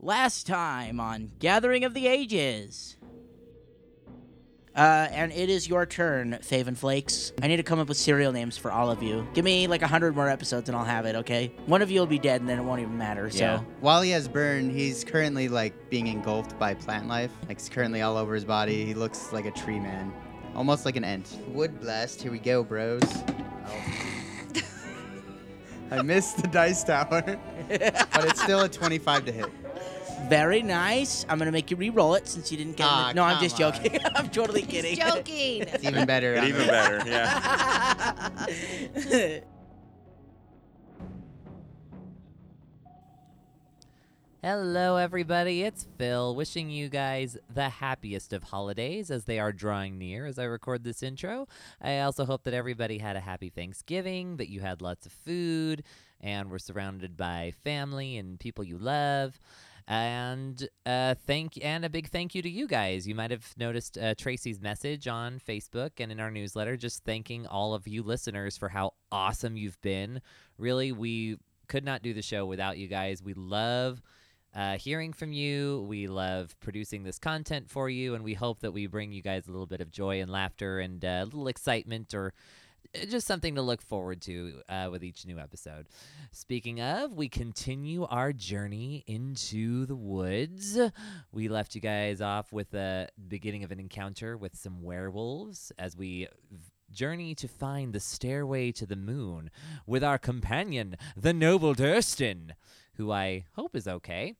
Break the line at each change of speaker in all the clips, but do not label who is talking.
last time on Gathering of the Ages. Uh, and it is your turn, Faven Flakes. I need to come up with serial names for all of you. Give me like a hundred more episodes and I'll have it, okay? One of you will be dead and then it won't even matter, so.
While he has burn, he's currently like being engulfed by plant life. Like it's currently all over his body. He looks like a tree man, almost like an ant. Wood blast. Here we go, bros. I missed the dice tower, but it's still a 25 to hit.
Very nice. I'm gonna make you re-roll it since you didn't get
Ah,
it. No, I'm
come
just joking. I'm totally kidding.
Joking.
It's even better.
It
on
even
the-
better. Yeah.
Hello, everybody. It's Phil, wishing you guys the happiest of holidays as they are drawing near as I record this intro. I also hope that everybody had a happy Thanksgiving, that you had lots of food, and were surrounded by family and people you love. And uh, thank and a big thank you to you guys. You might have noticed uh, Tracy's message on Facebook and in our newsletter, just thanking all of you listeners for how awesome you've been. Really, we could not do the show without you guys. We love uh, hearing from you. We love producing this content for you, and we hope that we bring you guys a little bit of joy and laughter and uh, a little excitement or uh, just something to look forward to uh, with each new episode. Speaking of, we continue our journey into the woods. We left you guys off with the beginning of an encounter with some werewolves as we. v- Journey to find the stairway to the moon with our companion, the noble Durston who I hope is okay.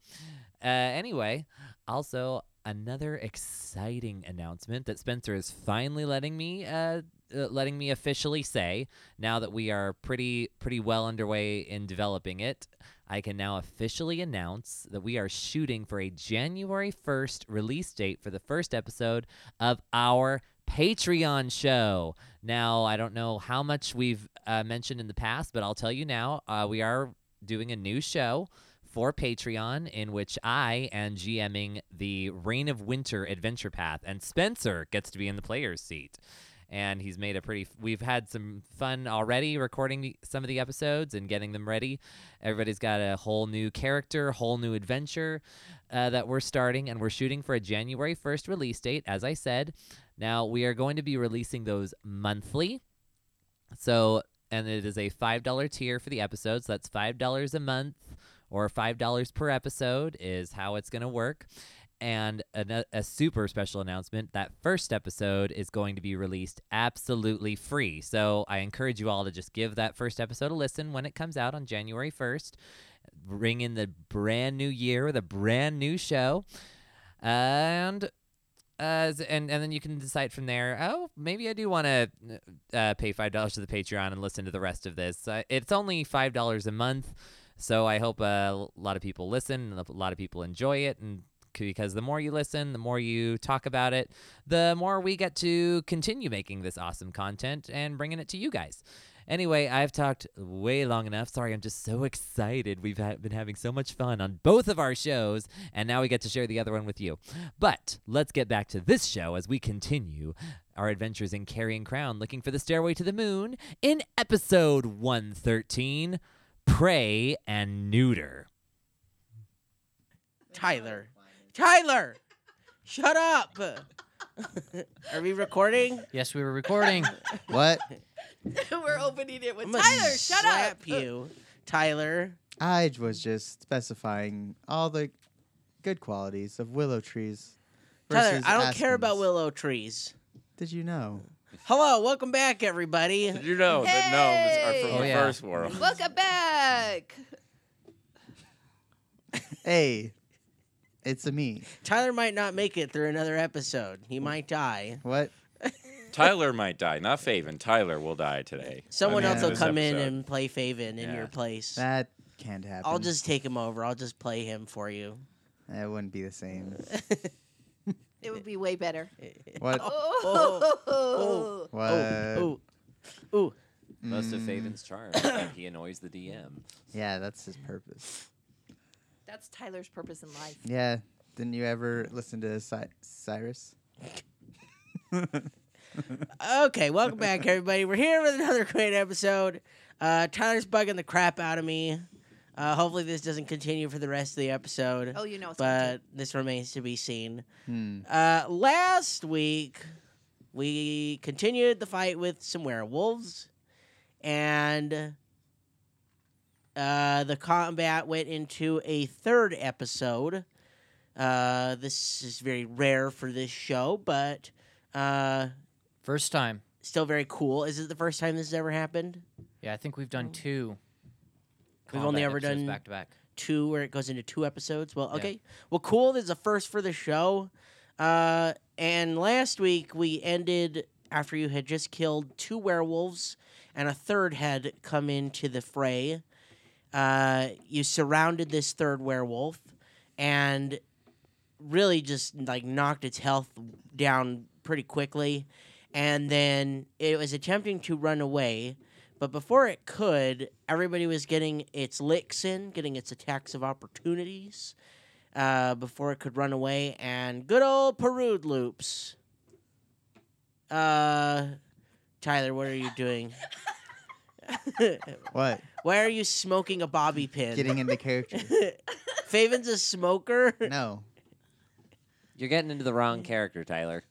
Uh, anyway, also another exciting announcement that Spencer is finally letting me uh, uh, letting me officially say now that we are pretty pretty well underway in developing it. I can now officially announce that we are shooting for a January 1st release date for the first episode of our Patreon show. Now, I don't know how much we've uh, mentioned in the past, but I'll tell you now, uh, we are doing a new show for Patreon in which I am GMing the Reign of Winter adventure path, and Spencer gets to be in the player's seat. And he's made a pretty. We've had some fun already recording the- some of the episodes and getting them ready. Everybody's got a whole new character, whole new adventure uh, that we're starting, and we're shooting for a January 1st release date, as I said. Now, we are going to be releasing those monthly. So, and it is a $5 tier for the episodes. That's $5 a month or $5 per episode is how it's going to work. And a, a super special announcement that first episode is going to be released absolutely free. So I encourage you all to just give that first episode a listen when it comes out on January 1st. Bring in the brand new year with a brand new show. And uh, s- and and then you can decide from there. Oh, maybe I do want to uh, pay five dollars to the Patreon and listen to the rest of this. Uh, it's only five dollars a month, so I hope uh, a lot of people listen and a lot of people enjoy it. And c- because the more you listen, the more you talk about it, the more we get to continue making this awesome content and bringing it to you guys. Anyway, I've talked way long enough. Sorry, I'm just so excited. We've ha- been having so much fun on both of our shows, and now we get to share the other one with you. But let's get back to this show as we continue our adventures in Carrying Crown, looking for the stairway to the moon in episode 113 Pray and Neuter.
Tyler. Tyler! Shut up! Are we recording?
Yes, we were recording.
What?
We're opening it with
I'm gonna
Tyler. Shut
slap
up. Uh,
you, Tyler.
I was just specifying all the good qualities of willow trees.
Tyler,
versus
I don't care
aspens.
about willow trees.
Did you know?
Hello, welcwelcome back, everybody.
Did you know that gnomes are
Hey!
from
Oh,
the
yeah.
first world?
Welcome back.
Hey, it's a me.
Tyler might not make it through another episode. He might die.
What?
Tyler might die, not Faven. Tyler will die today.
Someone
By the
else
end of
will
this
come in
episode.
and play Faven in your
Yeah.
place.
That can't happen.
I'll just take him over. I'll just play him for you.
That wouldn't be the same.
It would be way better.
What?
Oh.
oh.
What?
oh, ooh, ooh.
Most of
Mm,
Faven's charm is that he annoys the DM.
Yeah, that's his purpose.
That's Tyler's purpose in life.
Yeah. Didn't you ever listen to Cy- Cyrus?
oh, Okay, welcome back, everybody. We're here with another great episode. Uh, Tyler's bugging the crap out of me. Uh, hopefully, this doesn't continue for the rest of the episode,
Oh, you know it's
but this remains to be seen.
Hmm.
Uh, last week, we continued the fight with some werewolves, and uh, the combat went into a third episode. Uh, this is very rare for this show, but uh,
First time.
still very cool. Is it the first time this has ever happened?
Yeah, I think we've done two.
We've only
combat
ever
episodes
done-
back to back.
two where it goes into two episodes. Well,
Yeah.
okay. Well, cool. This is a first for the show. Uh, and last week we ended after you had just killed two werewolves and a third had come into the fray. Uh, you surrounded this third werewolf and really just like knocked its health down pretty quickly. And then it was attempting to run away. But before it could, everybody was getting its licks in, getting its attacks of opportunities uh, before it could run away. And good old Perude loops. Uh, Tyler, what are you doing?
What?
Why are you smoking a bobby pin?
Getting into character.
Faven's a smoker.
No.
You're getting into the wrong character, Tyler.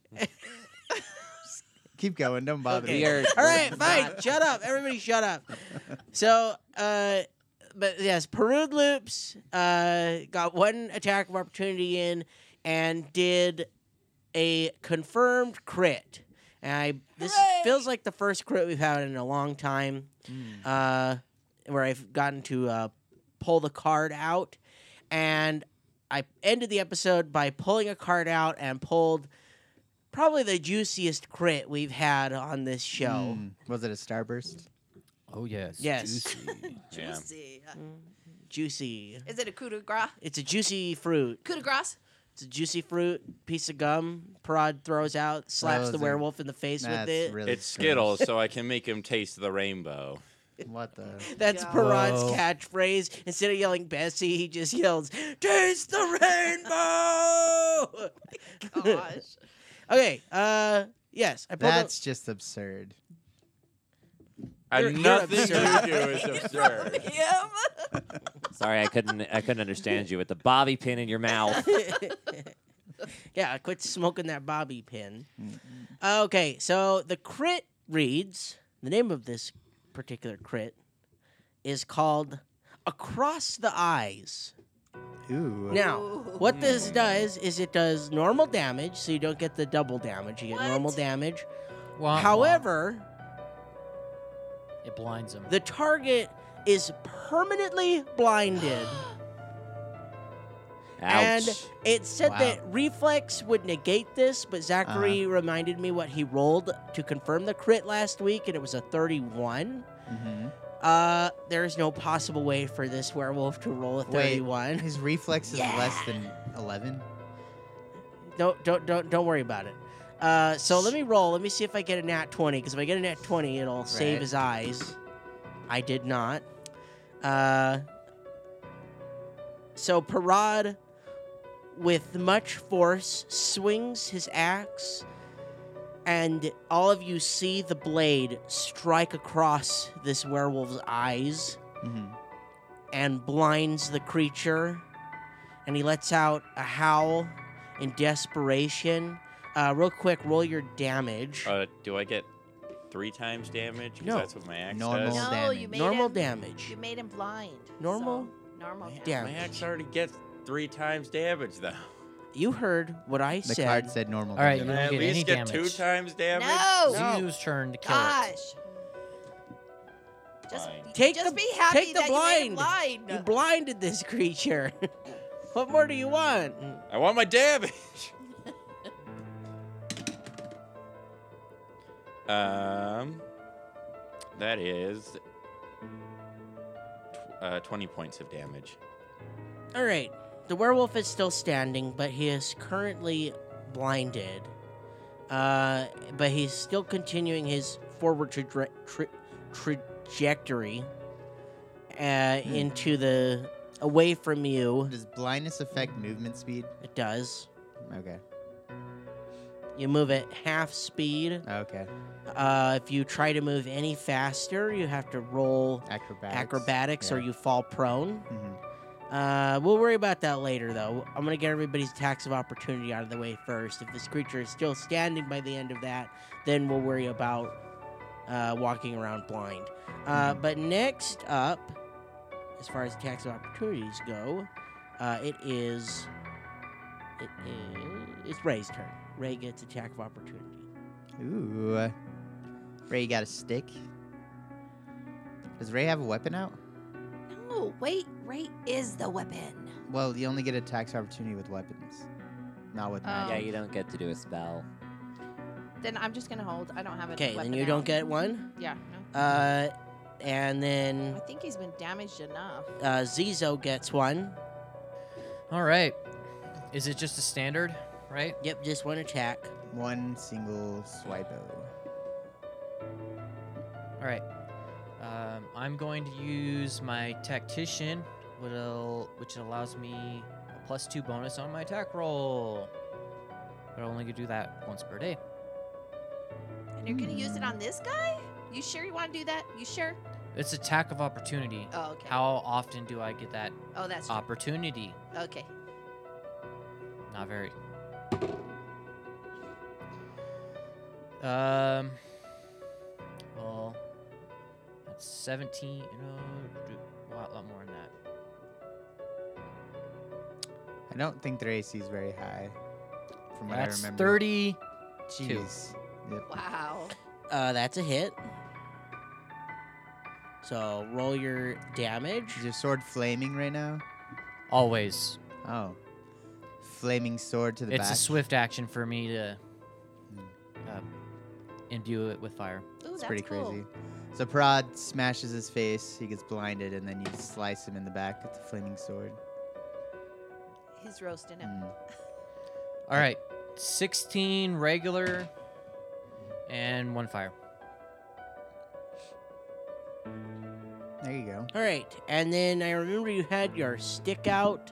Keep going. Don't bother
Okay.
me.
We are
All right, fine. shut up. Everybody shut up. So, uh, but yes, Perude Loops uh, got one attack of opportunity in and did a confirmed crit. And I, this
Hooray!
feels like the first crit we've had in a long time uh, where I've gotten to uh, pull the card out. And I ended the episode by pulling a card out and pulled probably the juiciest crit we've had on this show.
Hmm. Was it a starburst?
Oh yes.
Yes.
Yeah.
juicy.
Mm. Juicy.
Is it a coup de grace?
It's a juicy fruit.
Coup de grace?
It's a juicy fruit, piece of gum. Parad throws out, slaps the
Those are-
werewolf in the face
That's
with it.
really
It's
strange.
Skittles, so I can make him taste the rainbow.
What the?
That's
Yeah.
Parad's
Whoa.
catchphrase. Instead of yelling Bessie, he just yells, Taste the rainbow!
Gosh.
okay, uh, yes. I pulled
That's just absurd.
You're-
And
you're
nothing
absurd.
you do is absurd.
Him?
Sorry, I couldn't. I couldn't understand you with the bobby pin in your mouth.
up- yeah, quit smoking that bobby pin. Okay, so the crit reads the name of this particular crit is called Across the Eyes.
Ooh.
Now,
Ooh.
what this does is it does normal damage, so you don't get the double damage. You get normal
What?
damage.
Womp womp.
However,
it blinds him.
the target is permanently blinded.
Ouch.
And it said
Wow. Uh-huh.
that reflex would negate this, but Zachary reminded me what he rolled to confirm the crit last week, and it was a 31.
hmm
Uh, there is no possible way for this werewolf to roll a
Wait.
31.
His reflex is
Yeah.
less than 11.
Don't don't don't don't worry about it. Uh, so let me roll. Let me see if I get a nat twenty. Because if I get a nat twenty, it'll save
Right.
his eyes. I did not. Uh, so Parad, with much force, swings his axe, and all of you see the blade strike across this werewolf's eyes
hmm
and blinds the creature, and he lets out a howl in desperation. Uh, real quick, roll your damage.
Uh, do I get three times damage? 'Cause
No.
That's what my axe
Normal.
does.
No,
damage.
you made
Normal
him,
damage.
You made him blind.
Normal?
So, normal
Damn.
damage.
My axe already gets three times damage though.
You heard what I
The
said.
card said normal.
All right,
damage.
Can
don't
I at
get any
least get two
damage.
times damage?
No.
Zu's turn to kill it.
Gosh. Just,
Fine.
Take
just
the-
be happy
take the
that you made him
blind.
blind.
You blinded this creature. what more do you want?
I want my damage. um, that is tw- uh, twenty points of damage.
All right. The werewolf is still standing, but he is currently blinded. Uh, but he's still continuing his forward traje- tra- trajectory uh,
Hmm.
into the away from you.
Does blindness affect movement speed?
It does.
Okay.
You move at half speed.
Okay.
Uh, if you try to move any faster, you have to roll
Acrobatics.
acrobatics or
yeah.
you fall prone.
Mhm.
Uh, we'll worry about that later, though. I'm going to get everybody's tax of opportunity out of the way first. If this creature is still standing by the end of that, then we'll worry about uh, walking around blind. Uh, But next up, as far as tax of opportunities go, uh, it is. It is. It's Ray's turn. Ray gets attack of opportunity.
Ooh. Ray, you got a stick? Does Ray have a weapon out?
No, wait. Ray is the weapon.
Well, you only get a tax opportunity with weapons, not with magic.
Yeah,
Um,
you don't get to do a spell.
Then I'm just gonna hold. I don't have a.
Okay, then
weapon
you don't
out.
get one.
Yeah. No.
Uh, and
I
then
think he's been damaged enough.
uh, Zizo gets one.
All right. Is it just a standard, right?
Yep, just one attack.
One single swipe.
All right. Um, I'm going to use my tactician, will- which allows me a plus two bonus on my attack roll. But I only can do that once per day.
And you're gonna use it on this guy? You sure you want to do that? You sure?
It's attack of opportunity.
Oh, okay.
How often do I get that
Oh, that's true.
opportunity?
okay.
Not very. Um. Well, that's seventeen. No, d- a lot, lot more than that.
I don't think their AC is very high, from what
That's
I remember.
thirty.
Jeez. Yep.
Wow.
Uh, that's a hit. So roll your damage.
Is your sword flaming right now?
Always.
Oh. Flaming sword to the
it's
back.
a swift action for me to
Hmm.
uh, imbue it with fire.
Ooh,
It's
that's
pretty
cool.
crazy. So Prod smashes his face. He gets blinded, and then you slice him in the back with the flaming sword.
He's roasting him.
Hmm.
Mm.
All right, sixteen regular and one fire.
There you go.
All right, and then I remember you had your stick out,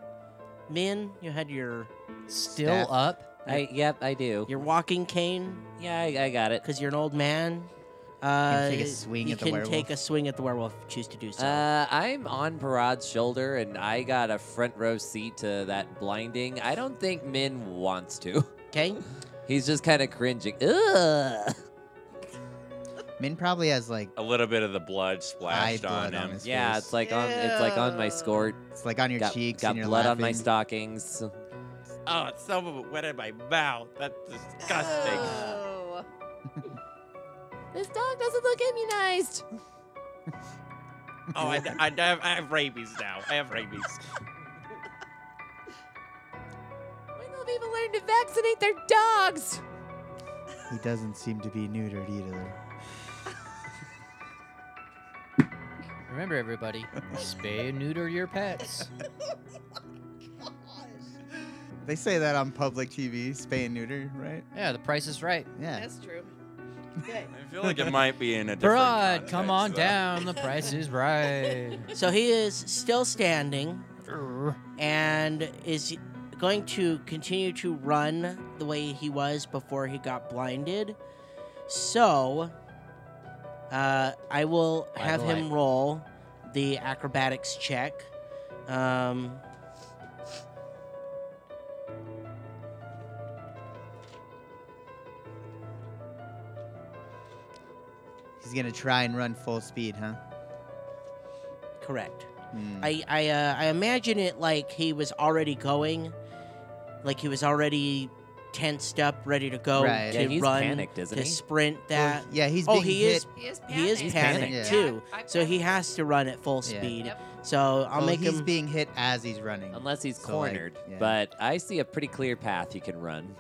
Min. You had your
Still
Staff.
up.
I yep, I do.
your walking cane
Yeah, I, I got it.
because you're an old man. Uh,
take a swing
you
at the
can
werewolf?
take a swing at the werewolf. if you Choose to do so.
Uh, I'm on Parad's shoulder, and I got a front row seat to that blinding. I don't think Min wants to.
Okay.
He's just kind of cringing. Ugh.
Min probably has like
Oh,
A little bit of the blood splashed
blood
on
on
him.
his-
Yeah,
face.
it's like on it's like on my
Yeah.
skirt.
it's like on your
got
cheeks
got
and you're
blood on my
laughing.
stockings.
Oh, it's some of it went in my mouth. That's disgusting.
Oh.
This dog doesn't look immunized.
oh, I, I, I have, I have rabies now. I have rabies.
When will people learn to vaccinate their dogs?
He doesn't seem to be neutered either.
Remember, everybody, spay and neuter your pets.
They say that on public TV, spay and neuter, right?
Yeah, the price is right.
Yeah.
That's true. Okay.
I feel like it might be in a different.
Brad, come on
context,
down. The price is right.
so he is still standing and is going to continue to run the way he was before he got blinded. So, uh, I will
By
have
the
him
light.
roll the acrobatics check. Um,
He's gonna try and run full speed, huh?
correct.
Hmm.
I I, uh, I imagine it like he was already going, like he was already tensed up, ready to go
Right.
to
Yeah, he's
run,
panicked, isn't
to
he?
sprint
Well,
that.
yeah, he's
oh,
being
he
hit.
is
He is panicked.
He is
panicked,
panicked
Yeah.
too,
I
so he
panicked.
has to run at full
Yeah.
speed.
Yep.
So I'll
well,
make
he's
him.
being hit as he's running.
Unless he's
So, like,
cornered,
yeah.
but I see a pretty clear path he can run.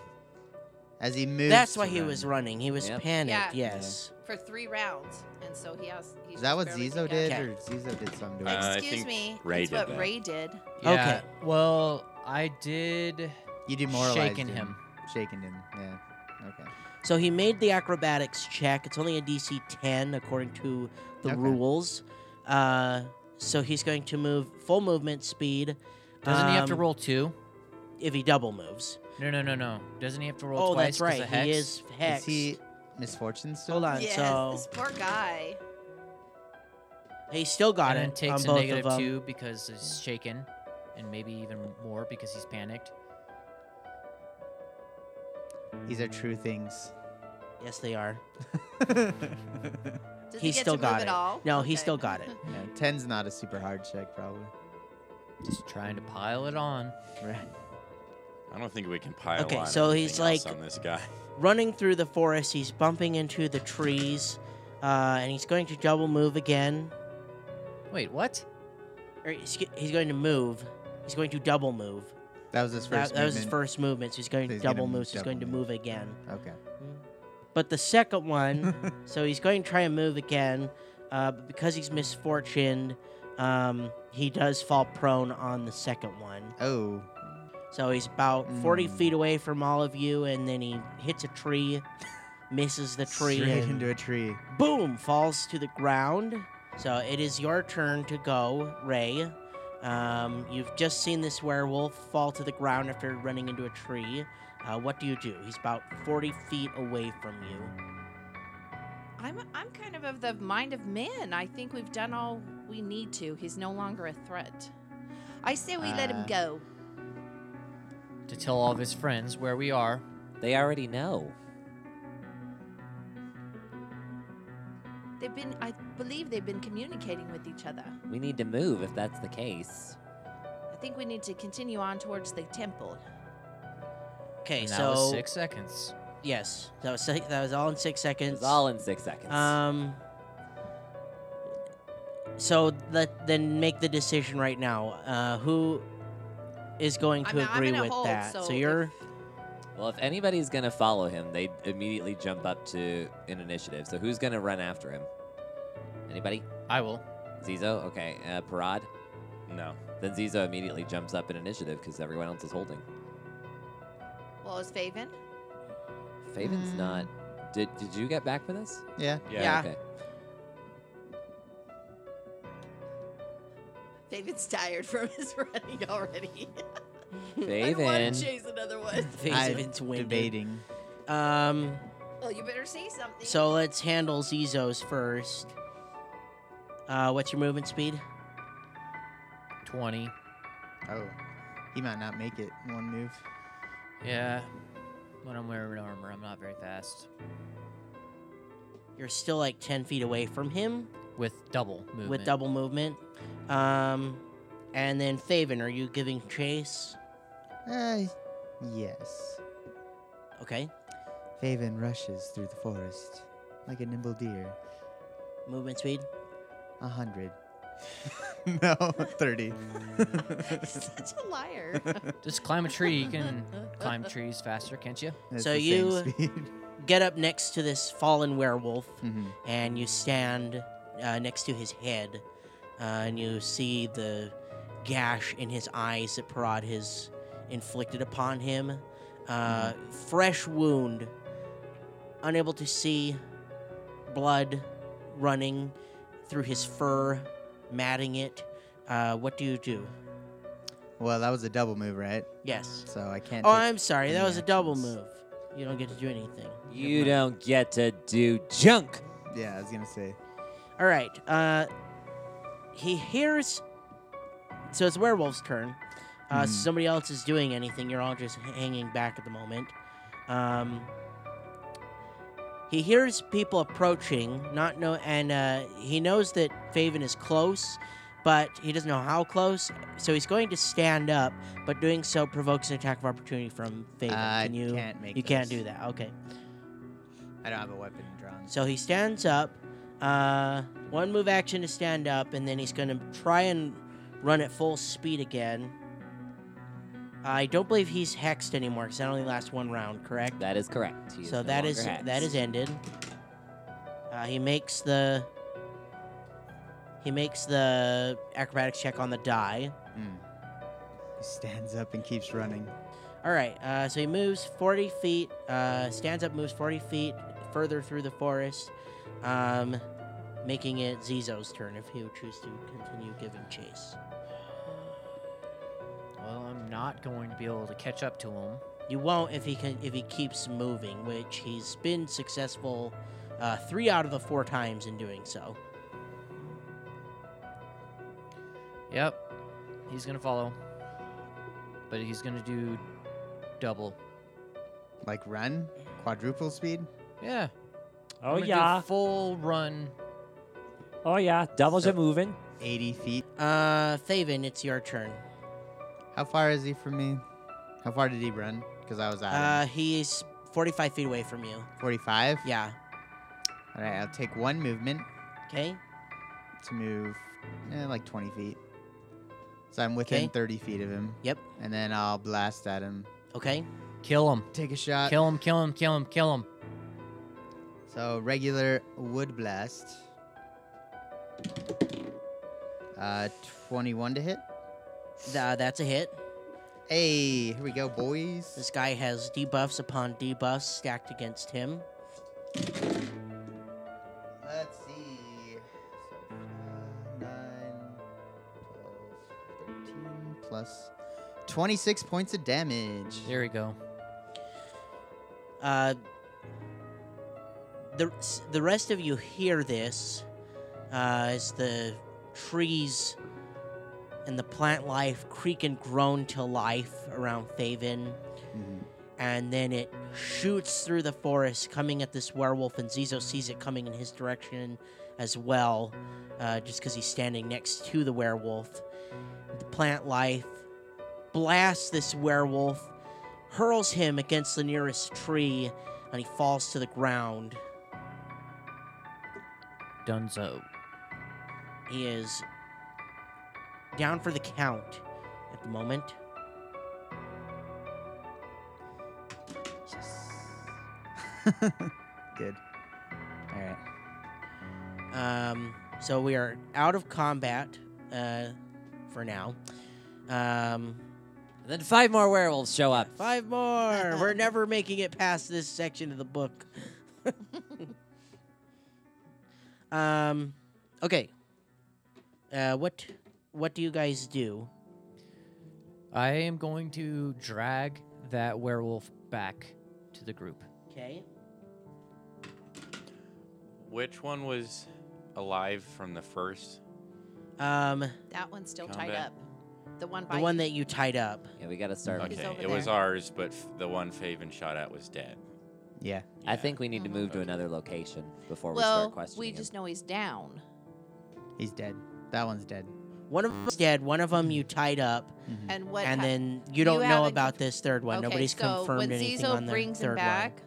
as he moves.
That's
to
why he
run.
was running. He was
Yep.
panicked.
Yeah.
Yes.
For three rounds, and so he has. He's
Is that
just
what
barely
Zizo
took
did,
Okay.
or Zizo did something to
Uh,
him?
I
Excuse
think
me.
Ray
that's
did
what
that.
Ray did.
Yeah, Well, I did
you demoralized
shaken him.
Shaking him. Yeah. Okay.
So he made the acrobatics check. It's only a DC 10 according to the
Okay.
rules. Uh, so he's going to move full movement speed.
Doesn't he have to
Um,
roll two?
if he double moves.
No, no, no, no. Doesn't he have to roll
Oh,
twice?
that's
'cause
right.
of
He
hex?
is hex.
Is he misfortune still?
Hold on.
Yes,
so
this poor guy.
he still got
and then
it
takes
on
a
both
negative
of them.
two because he's shaken, and maybe even more because he's panicked.
These are true things.
Yes, they are.
Does
He
he get
still
to
got
move
it.
at all?
No, he
Okay.
still got it.
Yeah, ten's not a super hard check, probably.
Just trying to pile it on.
Right.
I don't think we can pile
Okay,
on
so he's
anything else
like-
on this guy.
Running through the forest, he's bumping into the trees, uh, and he's going to double move again.
Wait, what?
Or he's g- he's going to move. He's going to double move.
That was his
That,
first.
that was his
movement.
first movement, so he's going
So
to
he's gonna
double
move-
move. So he's
double
going to
move.
move again.
Okay.
But the second one, so he's going to try and move again, uh, but because he's misfortuned, um, he does fall prone on the second one.
Oh.
So he's about 40
Mm.
feet away from all of you, and then he hits a tree, misses the tree,
Straight
and
into a tree.
boom, falls to the ground. So it is your turn to go, Ray. Um, you've just seen this werewolf fall to the ground after running into a tree. Uh, what do you do? He's about 40 feet away from you.
I'm I'm kind of of the mind of men. I think we've done all we need to. He's no longer a threat. I say we let him
Uh,
go.
To tell all of his friends where we are.
They already know.
They've been I believe they've been communicating with each other.
We need to move if that's the case.
I think we need to continue on towards the temple.
Okay,
and that
so
was six seconds.
yes, that was six, that was all in six seconds.
It's all in six seconds.
Um. So let then make the decision right now. Uh, who is going to
I'm- I'm
agree
gonna
with
hold,
that?
so
you're
well, if anybody's gonna follow him, they immediately jump up to an initiative. So who's gonna run after him? Anybody?
I will.
Zizo? Okay. Uh, Parad?
No.
Then Zizo immediately jumps up in initiative because everyone else is holding.
Well, is Faven?
Faven's
Mm.
not. Did Did you get back for this?
Yeah.
Yeah.
Hmm. Yeah.
Okay.
Faven's tired from his running already. I don't want to
Faven.
chase another one.
face if it's winded.
debating.
Um.
Well, you better see something.
So let's handle Zizo's first. Uh, what's your movement speed?
20.
Oh. He might not make it in one move.
Yeah. When I'm wearing armor, I'm not very fast.
You're still like ten feet away from him
With double movement.
with double movement. Um, and then Faven, are you giving chase?
Uh, yes.
Okay,
Faven rushes through the forest like a nimble deer.
movement speed.
A hundred. no, thirty.
He's such a liar.
Just climb a tree. You can climb trees faster, can't you?
That's
So
the same
you- uh,
speed.
Get up next to this fallen werewolf.
Mhm.
and you stand uh, next to his head, uh, and you see the gash in his eyes that Parad has inflicted upon him. Uh, Fresh wound, unable to see, blood running through his fur, matting it. Uh, what do you do?
Well, that was a double move, right?
Yes.
So I can't.
Oh,
take-
I'm sorry. That was a double
Reactions.
move. You don't get to do anything.
You don't get to do junk.
Yeah, I was gonna say.
All right. Uh, he hears. So it's werewolf's turn. Uh,
Hmm.
so somebody else is doing anything. You're all just h- hanging back at the moment. Um, he hears people approaching. Not know, and uh, he knows that Faven is close, but he doesn't know how close. So he's going to stand up, but doing so provokes an attack of opportunity from Faven.
I
Can you?
can't make.
you can't
those.
do that. Okay.
I don't have a weapon drawn.
So he stands up. Uh, one move action to stand up, and then he's going to try and run at full speed again. I don't believe he's hexed anymore because that only lasts one round, correct?
That is correct. He is
so
no
that is
longer
that is
hexed.
ended. Uh, he makes the he makes the acrobatics check on the die.
Mm. He stands up and keeps running.
All right, uh, so he moves 40 feet, uh, stands up, moves 40 feet further through the forest, um, making it Zizo's turn if he would choose to continue giving chase.
Well, I'm not going to be able to catch up to him.
You won't if he can if he keeps moving, which he's been successful uh, three out of the four times in doing so.
Yep. He's going to follow. But he's going to do double.
Like run, quadruple speed.
Yeah. I'm
Oh
gonna do
yeah.
full run.
Oh yeah. Devils
So-
are moving.
80 feet.
Uh, Thaven, it's your turn.
How far is he from me? How far did he run? Because I was at
Uh, he's 45 feet away from you.
45.
Yeah.
All right, I'll take one movement
Okay.
to move eh, like 20 feet. So I'm within
'Kay.
30 feet of him.
Yep.
And then I'll blast at him.
Okay.
Kill him.
Take a shot.
Kill him, kill him, kill him, kill him.
So regular wood blast. Uh, 21 to hit.
Th- uh, that's a hit.
Hey, here we go, boys.
This guy has debuffs upon debuffs stacked against him.
Let's see. So, uh, nine, 12, 13, plus 26 points of damage.
There we go.
Uh, the s- the rest of you hear this uh, as the trees and the plant life creak and groan to life around Thaven,
Mhm.
and then it shoots through the forest, coming at this werewolf, and Zizo sees it coming in his direction as well, uh, just because he's standing next to the werewolf. The plant life blasts this werewolf hurls him against the nearest tree, and he falls to the ground.
Dunzo.
He is down for the count at the moment.
Good. All right.
Um, so we are out of combat uh, for now. Um,
And then five more werewolves show up.
five more. We're never making it past this section of the book. um, okay. Uh, what what do you guys do?
I am going to drag that werewolf back to the group.
Okay.
Which one was alive from the first?
Um,
That one's still tied
Combat.
up. The one by
the one that you tied up.
Yeah, we gotta start.
Okay,
with-
it
over
was
there.
ours, but f- the one Faven shot at was dead.
Yeah.
I
Yeah.
think we need to
Mhm.
move to another location before we
well,
start questioning.
we
him.
just know he's down.
He's dead. That one's dead.
One of them's dead. One of them you tied up,
Mhm.
And what?
and
hap-
then you don't know
haven't
about this third one.
okay,
Nobody's
so
confirmed
when
anything
Zizo
on the
brings
third
him back,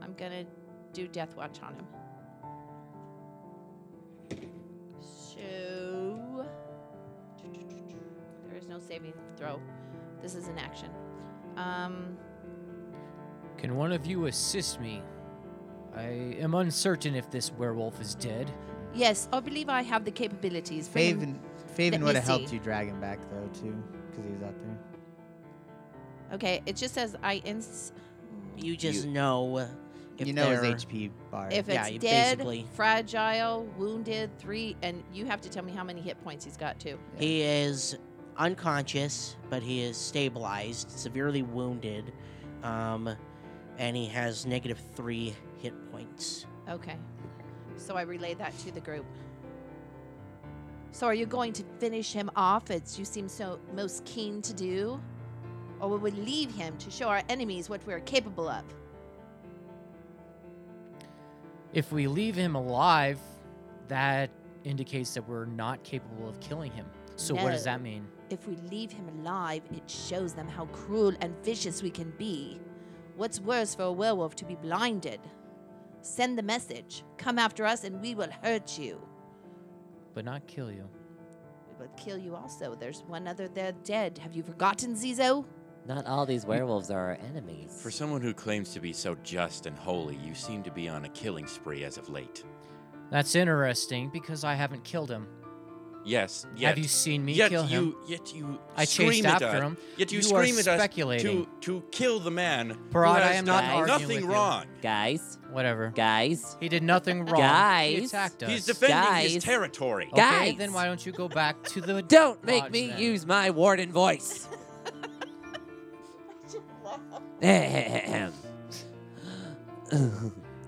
I'm gonna do Death Watch on him. So there is no saving throw. This is an action. Um,
Can one of you assist me? I am uncertain if this werewolf is dead.
yes, I believe I have the capabilities. for him.
Faven,
Let
Faven
me
would have helped
see.
you drag him back though too, because he was out there.
Okay, it just says I ins-
one. You just know if
you know his
they're-
HP bar.
if it's
Yeah, you
dead,
basically-
fragile, wounded, three, and you have to tell me how many hit points he's got too.
He is unconscious, but he is stabilized, severely wounded, um, and he has negative three hit points.
Okay. So I relay that to the group. So are you going to finish him off as you seem so most keen to do? Or will we leave him to show our enemies what we're capable of?
If we leave him alive, that indicates that we're not capable of killing him. So what does
No.
that mean?
If we leave him alive, it shows them how cruel and vicious we can be. What's worse for a werewolf to be blinded? Send the message. Come after us and we will hurt you.
But not kill you.
We will kill you also. There's one other there dead. Have you forgotten, Zizo?
Not all these werewolves are our enemies.
For someone who claims to be so just and holy, you seem to be on a killing spree as of late.
That's interesting because I haven't killed him.
Yes, yet,
Have you seen me
yet
kill
you,
him?
Yet you
I
scream
chased
at
after
us-
him.
Yet you,
You are
scream at us
speculating.
to, to kill the man who
Parad, I
has
am not
done
arguing
with
nothing
you.
wrong.
guys,
Whatever.
guys,
He did nothing wrong. He
Guys.
attacked us.
He's defending
Guys.
his territory.
Guys.
Okay, then why don't you go back to the
don't make
lodge
me
then?
use my warden voice.
You're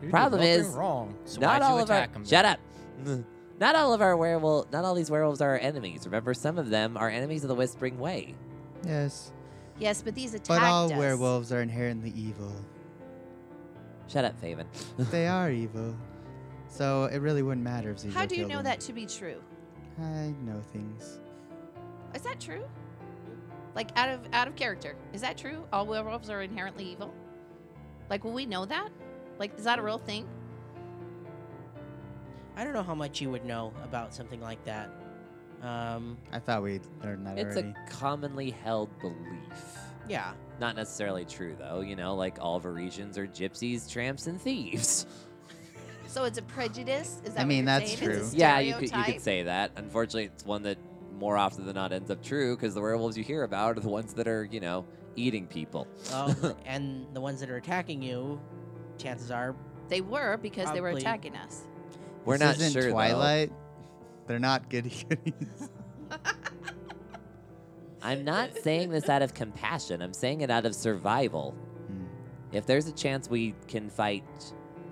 doing
Problem
nothing
is,
wrong. So
not
why'd you
all of our
attack 'em
shut
then?
up. Not all of our werewolf, not all these werewolves are our enemies. Remember, some of them are enemies of the Whispering Way.
Yes,
Yes, but these attacked
but all
us.
werewolves are inherently evil.
Shut up, Faven.
they are evil. So it really wouldn't matter if Zebra
How do you
killed
know
him.
that to be true?
I know things.
Is that true? Like out of out of character, is that true? All werewolves are inherently evil. Like, will we know that? Like, is that a real thing?
I don't know how much you would know about something like that. Um,
I thought we learned that
It's
already.
a commonly held belief.
yeah.
Not necessarily true, though. You know, like all Varisians are gypsies, tramps, and thieves.
So it's a prejudice. Is that?
I mean,
what you're
that's
saying? It's a
true.
Yeah, you could you
stereotype?
could say that. Unfortunately, it's one that more often than not ends up true because the werewolves you hear about are the ones that are you know eating people.
Well, and the ones that are attacking you, chances are,
They were because they were
Probably.
attacking us.
We're
This
not
isn't
sure though.
Twilight. They're not goody goodies.
I'm not saying this out of compassion. I'm saying it out of survival.
Hmm.
If there's a chance we can fight,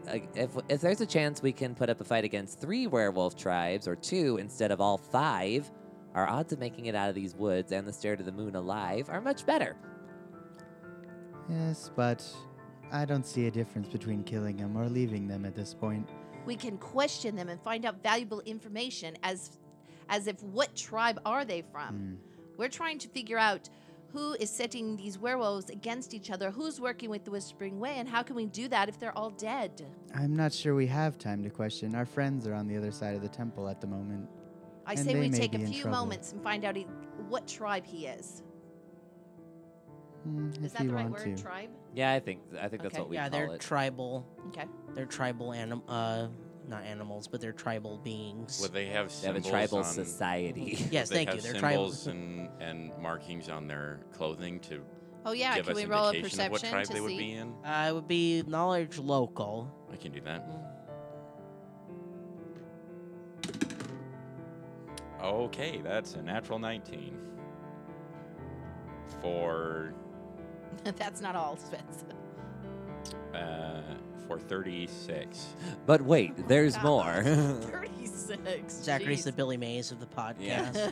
uh, if if there's a chance we can put up a fight against three werewolf tribes or two instead of all five, our odds of making it out of these woods and the stair to the moon alive are much better.
yes, but I don't see a difference between killing them or leaving them at this point.
We can question them and find out valuable information as, as if what tribe are they from.
Hmm.
We're trying to figure out who is setting these werewolves against each other, who's working with the Whispering Way, and how can we do that if they're all dead?
I'm not sure we have time to question. Our friends are on the other side of the temple at the moment.
I
And
say
they
we
may
take a
be in
few
trouble.
moments and find out e what tribe he is.
Mm,
Is
if
that
you
the right
want
word?
to.
Tribe?
Yeah, I think I think that's
Okay.
what we
yeah,
call
they're
it.
tribal.
Okay.
They're tribal anim, uh, not animals, but they're tribal beings.
Well, they have
they have a
symbols
tribal
on-
society.
yes,
they
thank
have
you. They're tribal.
symbols and and markings on their clothing to
Oh yeah,
give
can
us
we
indication
roll a
of what
perception
tribe
to
they would
see?
be in.
Uh, it would be knowledge local.
I can do that. Okay, that's a natural 19. For
That's not all, Spence.
uh for 36.
But wait, there's
God.
more.
Thirty-six.
Zachary's the
jeez.
Billy Mays of the podcast.
Yeah.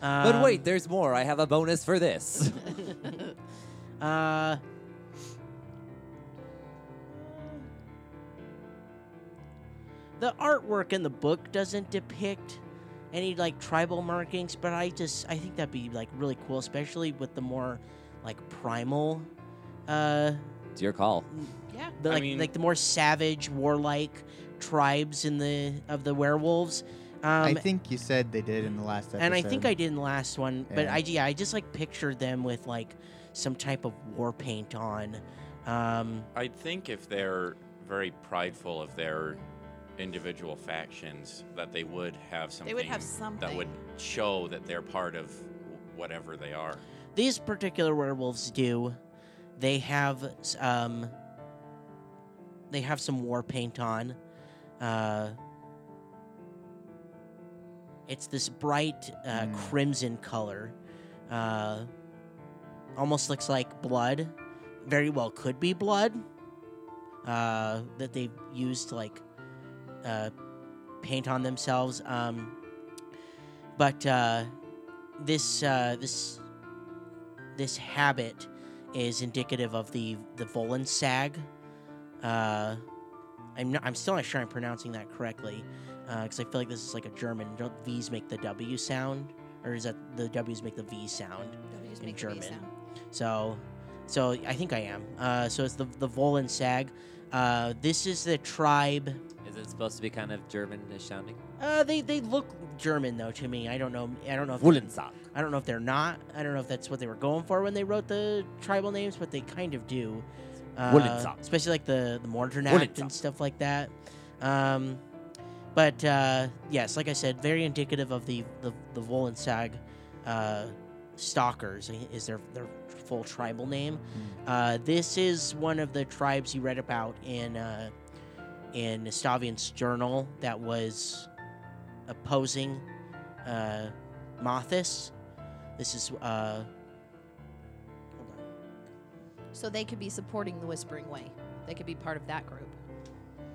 Um,
but wait, there's more. I have a bonus for this.
Uh, the artwork in the book doesn't depict any like tribal markings, but I just I think that'd be like really cool, especially with the more like primal, uh,
it's your call.
yeah.
the,
I
like
mean-
like the more savage, warlike tribes in the of the werewolves.
I
Um,
think you said they did in the last episode.
and I think I did in the last one, but
Yeah.
I yeah, I just like pictured them with like some type of war paint on. Um,
I think if they're very prideful of their individual factions that they would have something
They would have something.
that would show that they're part of whatever they are.
these particular werewolves do. They have s- um, they have some war paint on. Uh, it's this bright uh,
Mm.
crimson color. Uh, almost looks like blood. Very well could be blood uh, that they've used to like uh, paint on themselves. Um, but uh, this uh, this this habit is indicative of the the Volan sag. Uh, I'm not, I'm still not sure I'm pronouncing that correctly because I feel like this is like a German. Don't V's make the W sound, or is that the W's make the V sound?
Nobody just
in
make the bee
German.
sound.
So, so I think I am. Uh, so it's the the Volan Sag. Uh, this is the tribe.
Is it supposed to be kind of German sounding?
Uh, they they look German though to me. I don't know. I don't know. If
Woolensock.
I don't know if they're not. I don't know if that's what they were going for when they wrote the tribal names, but they kind of do. Uh,
Woolensock.
especially like the the Mordrin Act
Woolensock.
and stuff like that. Um, but uh, yes, like I said, very indicative of the the the Volensag uh, stalkers i- is their their full tribal name. Uh, this is one of the tribes you read about in uh, in Nastavian's journal that was opposing uh, Mothis. This is uh, hold on.
So they could be supporting the Whispering Way. They could be part of that group.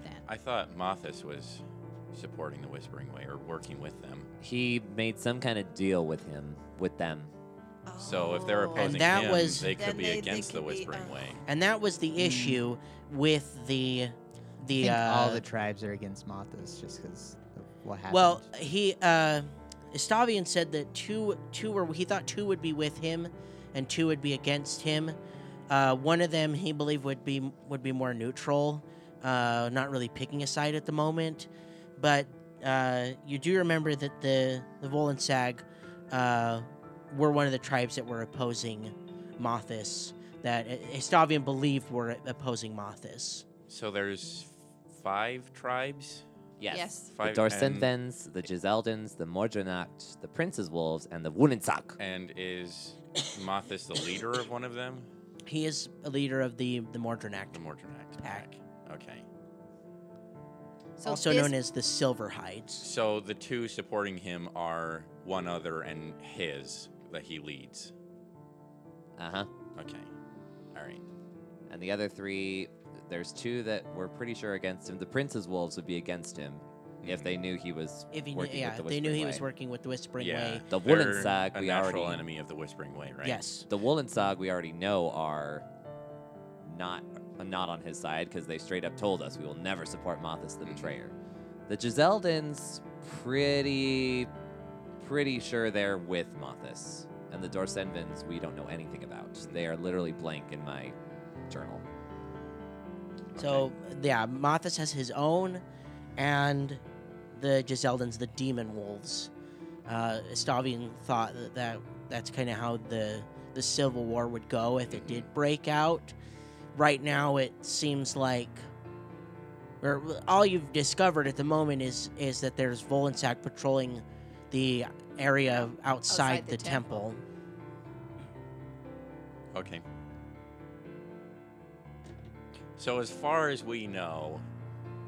Then.
I thought Mothis was supporting the Whispering Way or working with them.
He made some kind of deal with him, with them.
So if they're
Oh.
opposing
that
him,
was-
they could
Then
be
they- they
against the
could be,
Whispering
uh,
Way.
and that was the issue with the
Hmm. I
the
think
uh,
all the tribes are against Mothas just because of what happened.
Well, he uh Stavian said that two two were he thought two would be with him and two would be against him. Uh, one of them he believed would be would be more neutral, uh, not really picking a side at the moment. But uh, you do remember that the the Volensag uh, were one of the tribes that were opposing Mothis. That E-, Estavian believed were opposing Mothis.
So there's five tribes.
Yes.
Yes.
Five
the
and,
Dorsenthens, the Giseldens, the Mordrenacht, the Prince's Wolves, and the Wunensak.
and is Mothis the leader of one of them?
He is a leader of the the
The
Mordrenact,
Mordrenact
Pack.
pack. Okay.
So
also
this-
known as the Silver Hides.
So the two supporting him are one other and his that he leads.
Uh huh.
Okay. All right.
And the other three, there's two that were pretty sure against him. The Prince's Wolves would be against him if
Mhm.
they knew he was
If he, knew,
working
yeah,
with the
they knew
Whispering
he was
Way.
working with the Whispering
yeah.
Way.
The
they're
wooden sack
a
we
natural
already-
enemy of the Whispering Way, right?
Yes.
The Wollensag we already know are not not on his side because they straight up told us we will never support Mothis the
Mhm.
betrayer. The Giseldens pretty pretty sure they're with Mothis. And the Dorsenvins we don't know anything about. They are literally blank in my journal.
So yeah, Mothis has his own, and the Giseldans, the demon wolves. Uh, Stavian thought that, that that's kind of how the the civil war would go if it did break out. Right now, it seems like, or all you've discovered at the moment is is that there's Volensak patrolling the area outside,
Outside the
the,
temple.
temple.
Okay. So as far as we know,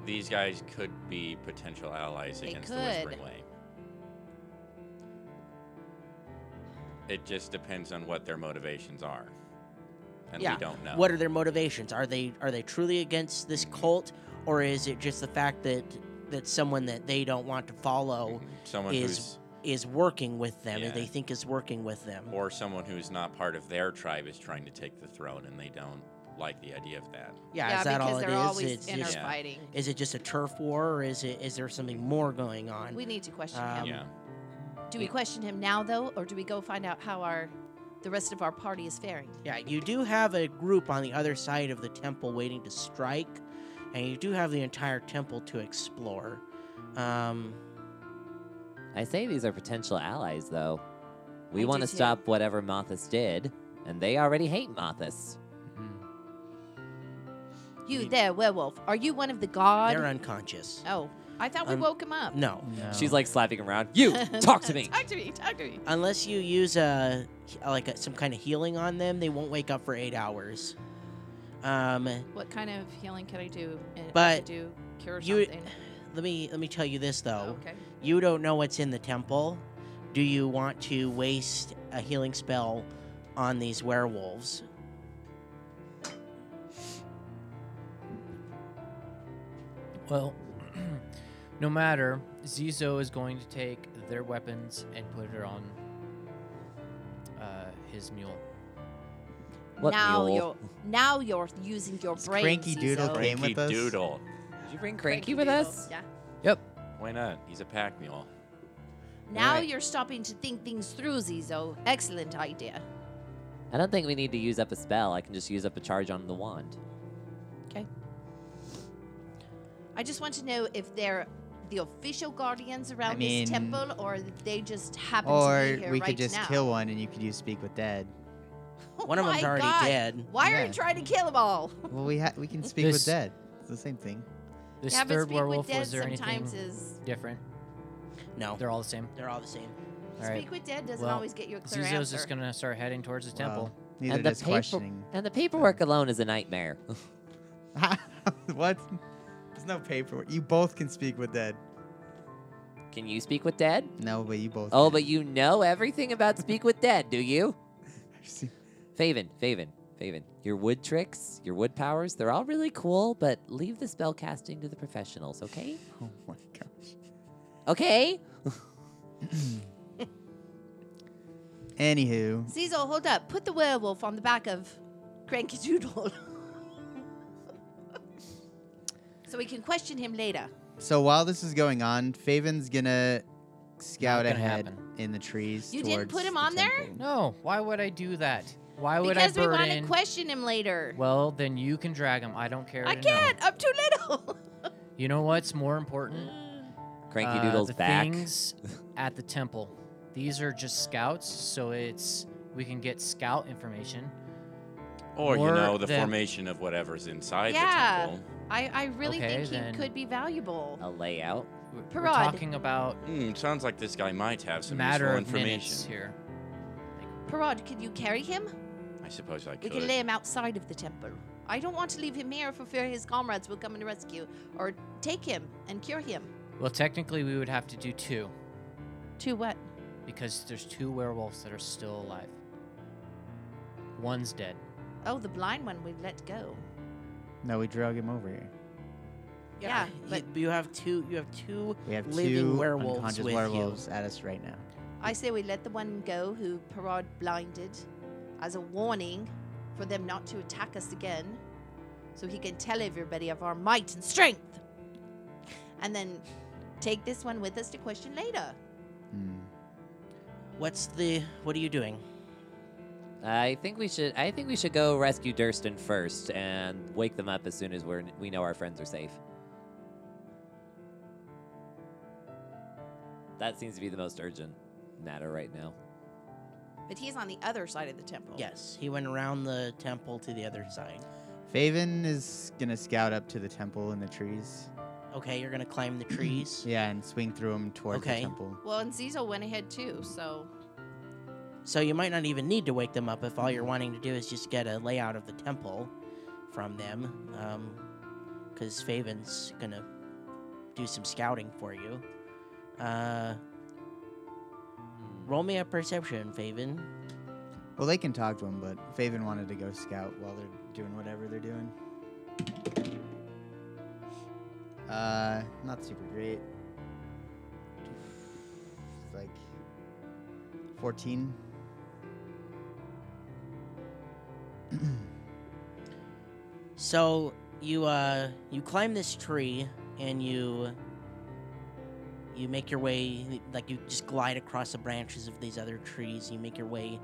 these guys could be potential allies
They
against
could.
the Whispering Way. It just depends on what their motivations are. And
Yeah.
we don't know.
What are their motivations? Are they are they truly against this cult, or is it just the fact that that someone that they don't want to follow
Mm-hmm. someone
is-
who's
is working with them,
Mm-hmm. Yeah.
and they think is working with them?
or someone who's not part of their tribe is trying to take the throne and they don't like the idea of that.
yeah,
yeah,
is that
because
all it
they're
is?
always
It's
inner
just,
Yeah.
fighting.
Is it just a turf war, or is it is there something more going on?
We need to question
Um,
him.
yeah.
Do we question him now though, or do we go find out how our the rest of our party is faring?
yeah, you do have a group on the other side of the temple waiting to strike, and you do have the entire temple to explore. Um,
I say these are potential allies though.
I
We
do
want to
too.
stop whatever Mothis did, and they already hate Mothis.
You there, werewolf? Are you one of the god?
they're unconscious.
oh, I thought we
Um,
woke him up.
No,
She's like slapping him around. You talk to me.
Oh. talk to me. Talk to me.
unless you use a like a, some kind of healing on them, they won't wake up for eight hours. Um,
What kind of healing can I do? And I
But
could do cure
you-
something.
let me let me tell you this though:
Oh, okay.
you don't know what's in the temple. Do you want to waste a healing spell on these werewolves?
Well, no matter, Zizo is going to take their weapons and put it on uh, his mule.
What
now
mule?
you're now you're using your
Is
brain.
Cranky Doodle
Zizo.
Came
Cranky
with us?
doodle.
Did you bring Cranky,
Cranky
with
Doodle,
us?
Yeah.
Why not? He's a pack mule.
Now
Right.
you're stopping to think things through, Zizo. Excellent idea.
I don't think we need to use up a spell. I can just use up a charge on the wand.
I just want to know if they're the official guardians around
mean-
this temple, or they just happen to
or
be here
we
right
could just
now.
kill one and you could use Speak with Dead.
Oh
One of
my
them's already
God.
dead.
Why are
Yeah.
you trying to kill them all?
Well, we ha- we can Speak with
This-
Dead. It's the same thing.
This
yeah, but
third
speak with
werewolf,
dead
was there anything
sometimes is
different?
No,
They're all the same.
they're all the same.
All right.
speak with dead doesn't
Well,
always get you a clear
Zizo's
answer.
just gonna start heading towards the temple.
Well, these are
and the
just
paper-
questioning.
And the paperwork alone is a nightmare.
what? There's no paperwork. You both can Speak with Dead.
can you speak with dead?
No, but you both.
Oh,
can.
but you know everything about speak with dead, do you?
I've seen-
Faven, Faven,
David. Your wood tricks, your wood powers, they're all really cool, but leave the spell casting to the professionals, okay?
Oh my gosh.
Okay?
Anywho,
Cecil, hold up. Put the werewolf on the back of Cranky Doodle. so we can question him later.
so while this is going on, Faven's gonna scout
gonna
ahead
happen.
in the trees.
You didn't
towards
put him
the
on there?
temple.
No, why would I do that? Why would
because
I
we
burden?
want to question him later.
well, then you can drag him. I don't care.
I
to know.
can't. I'm too little.
You know what's more important?
Cranky
Uh,
Doodle's
the
back.
Things at the temple. These are just scouts, so it's we can get scout information.
Or, you
Or
know, the
the-
formation of whatever's inside
Yeah.
the temple.
I, I really
Okay,
think he
then. Oh.
could be valuable.
A layout.
We're, we're
Parade.
talking about
Hmm, sounds like this guy might have some
matter
useful
of minutes
information.
here.
Parod, can you carry him?
I suppose I
We
could.
can lay him outside of the temple. I don't want to leave him here for fear his comrades will come and rescue or take him and cure him.
Well, technically, we would have to do two
To what?
because there's two werewolves that are still alive. One's dead.
Oh, the blind one we let go.
No, we drug him over here.
Yeah,
you-
but
you have two. You have two.
We have
Living
two
werewolves
unconscious
with you.
werewolves at us right now.
I say we let the one go who Parad blinded as a warning for them not to attack us again so he can tell everybody of our might and strength. And then take this one with us to question later.
Hmm.
What's the? What are you doing?
I think we should. I think we should go rescue Durston first and wake them up as soon as we're we know our friends are safe. That seems to be the most urgent matter right now.
But he's on the other side of the temple.
Yes, he went around the temple to the other side.
Faven is gonna scout up to the temple in the trees.
Okay, you're gonna climb the trees.
Yeah, and swing through him towards
Okay.
the temple.
Well, and Cecil went ahead too, so
So you might not even need to wake them up if all you're wanting to do is just get a layout of the temple from them, because Faven's gonna do some scouting for you. Uh, roll me a perception, Faven.
Well, they can talk to him, but Faven wanted to go scout while they're doing whatever they're doing. Uh, not super great. It's like 14.
So you uh, you climb this tree and you you make your way like you just glide across the branches of these other trees. You make your way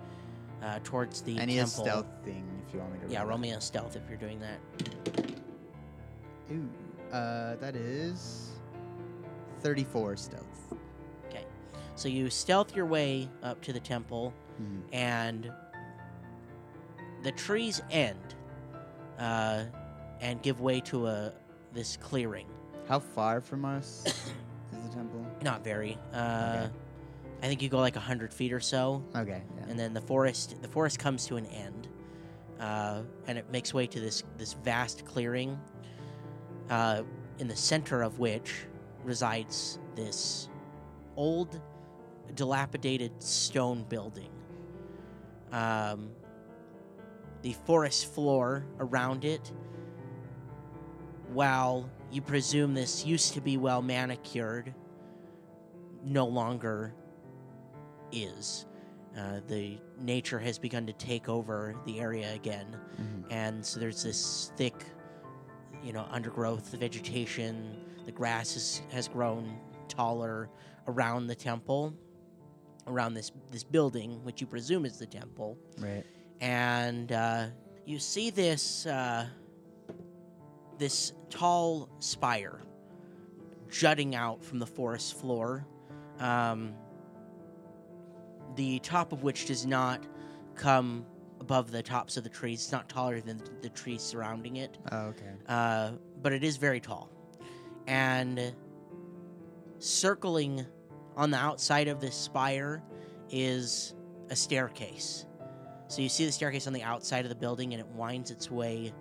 uh, towards the
I need a
temple.
stealth thing if you want me to.
Yeah,
roll
roll
it.
me a stealth if you're doing that.
Ooh, uh, that is 34 stealth.
So you stealth your way up to the temple,
Mhm.
and the trees end uh, and give way to a this clearing.
How far from us is the temple?
Not very. Uh, I think you go like hundred feet or so,
Okay. Yeah.
and then the forest the forest comes to an end, uh, and it makes way to this this vast clearing, uh, in the center of which resides this old, dilapidated stone building. Um, the forest floor around it, while you presume this used to be well manicured, no longer is. Uh, the nature has begun to take over the area again,
Mhm.
and so there's this thick, you know, undergrowth, the vegetation, the grass is, has grown taller around the temple, around this this building, which you presume is the temple,
Right.
and uh, you see this uh, this tall spire jutting out from the forest floor, um, the top of which does not come above the tops of the trees. It's not taller than the trees surrounding it
Oh, okay.
uh, but it is very tall. And circling on the outside of this spire is a staircase. So you see the staircase on the outside of the building, and it winds its way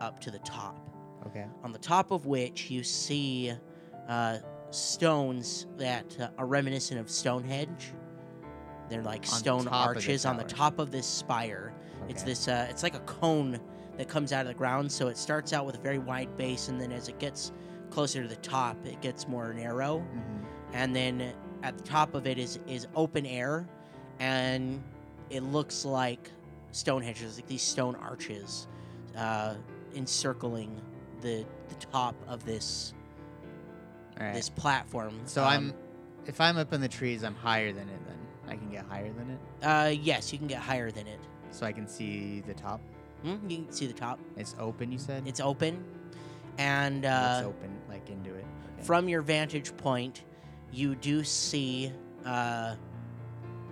up to the top.
Okay.
On the top of which you see uh, stones that uh, are reminiscent of Stonehenge. They're like
On
stone
top of the
arches on the
tower.
top of this spire, It's
Okay.
this. Uh, it's like a cone that comes out of the ground. So it starts out with a very wide base, and then as it gets closer to the top, it gets more narrow.
Mhm.
And then at the top of it is is open air, and it looks like Stonehenge. There's like these stone arches uh, encircling the the top of this
All right.
this platform.
So
Um,
I'm, if I'm up in the trees, I'm higher than it. Then I can get higher than it,
Uh, yes, you can get higher than it.
so I can see the top.
Hmm? You can see the top.
It's open. You said
It's open, and uh,
It's open, like into it. Okay.
from your vantage point, you do see uh,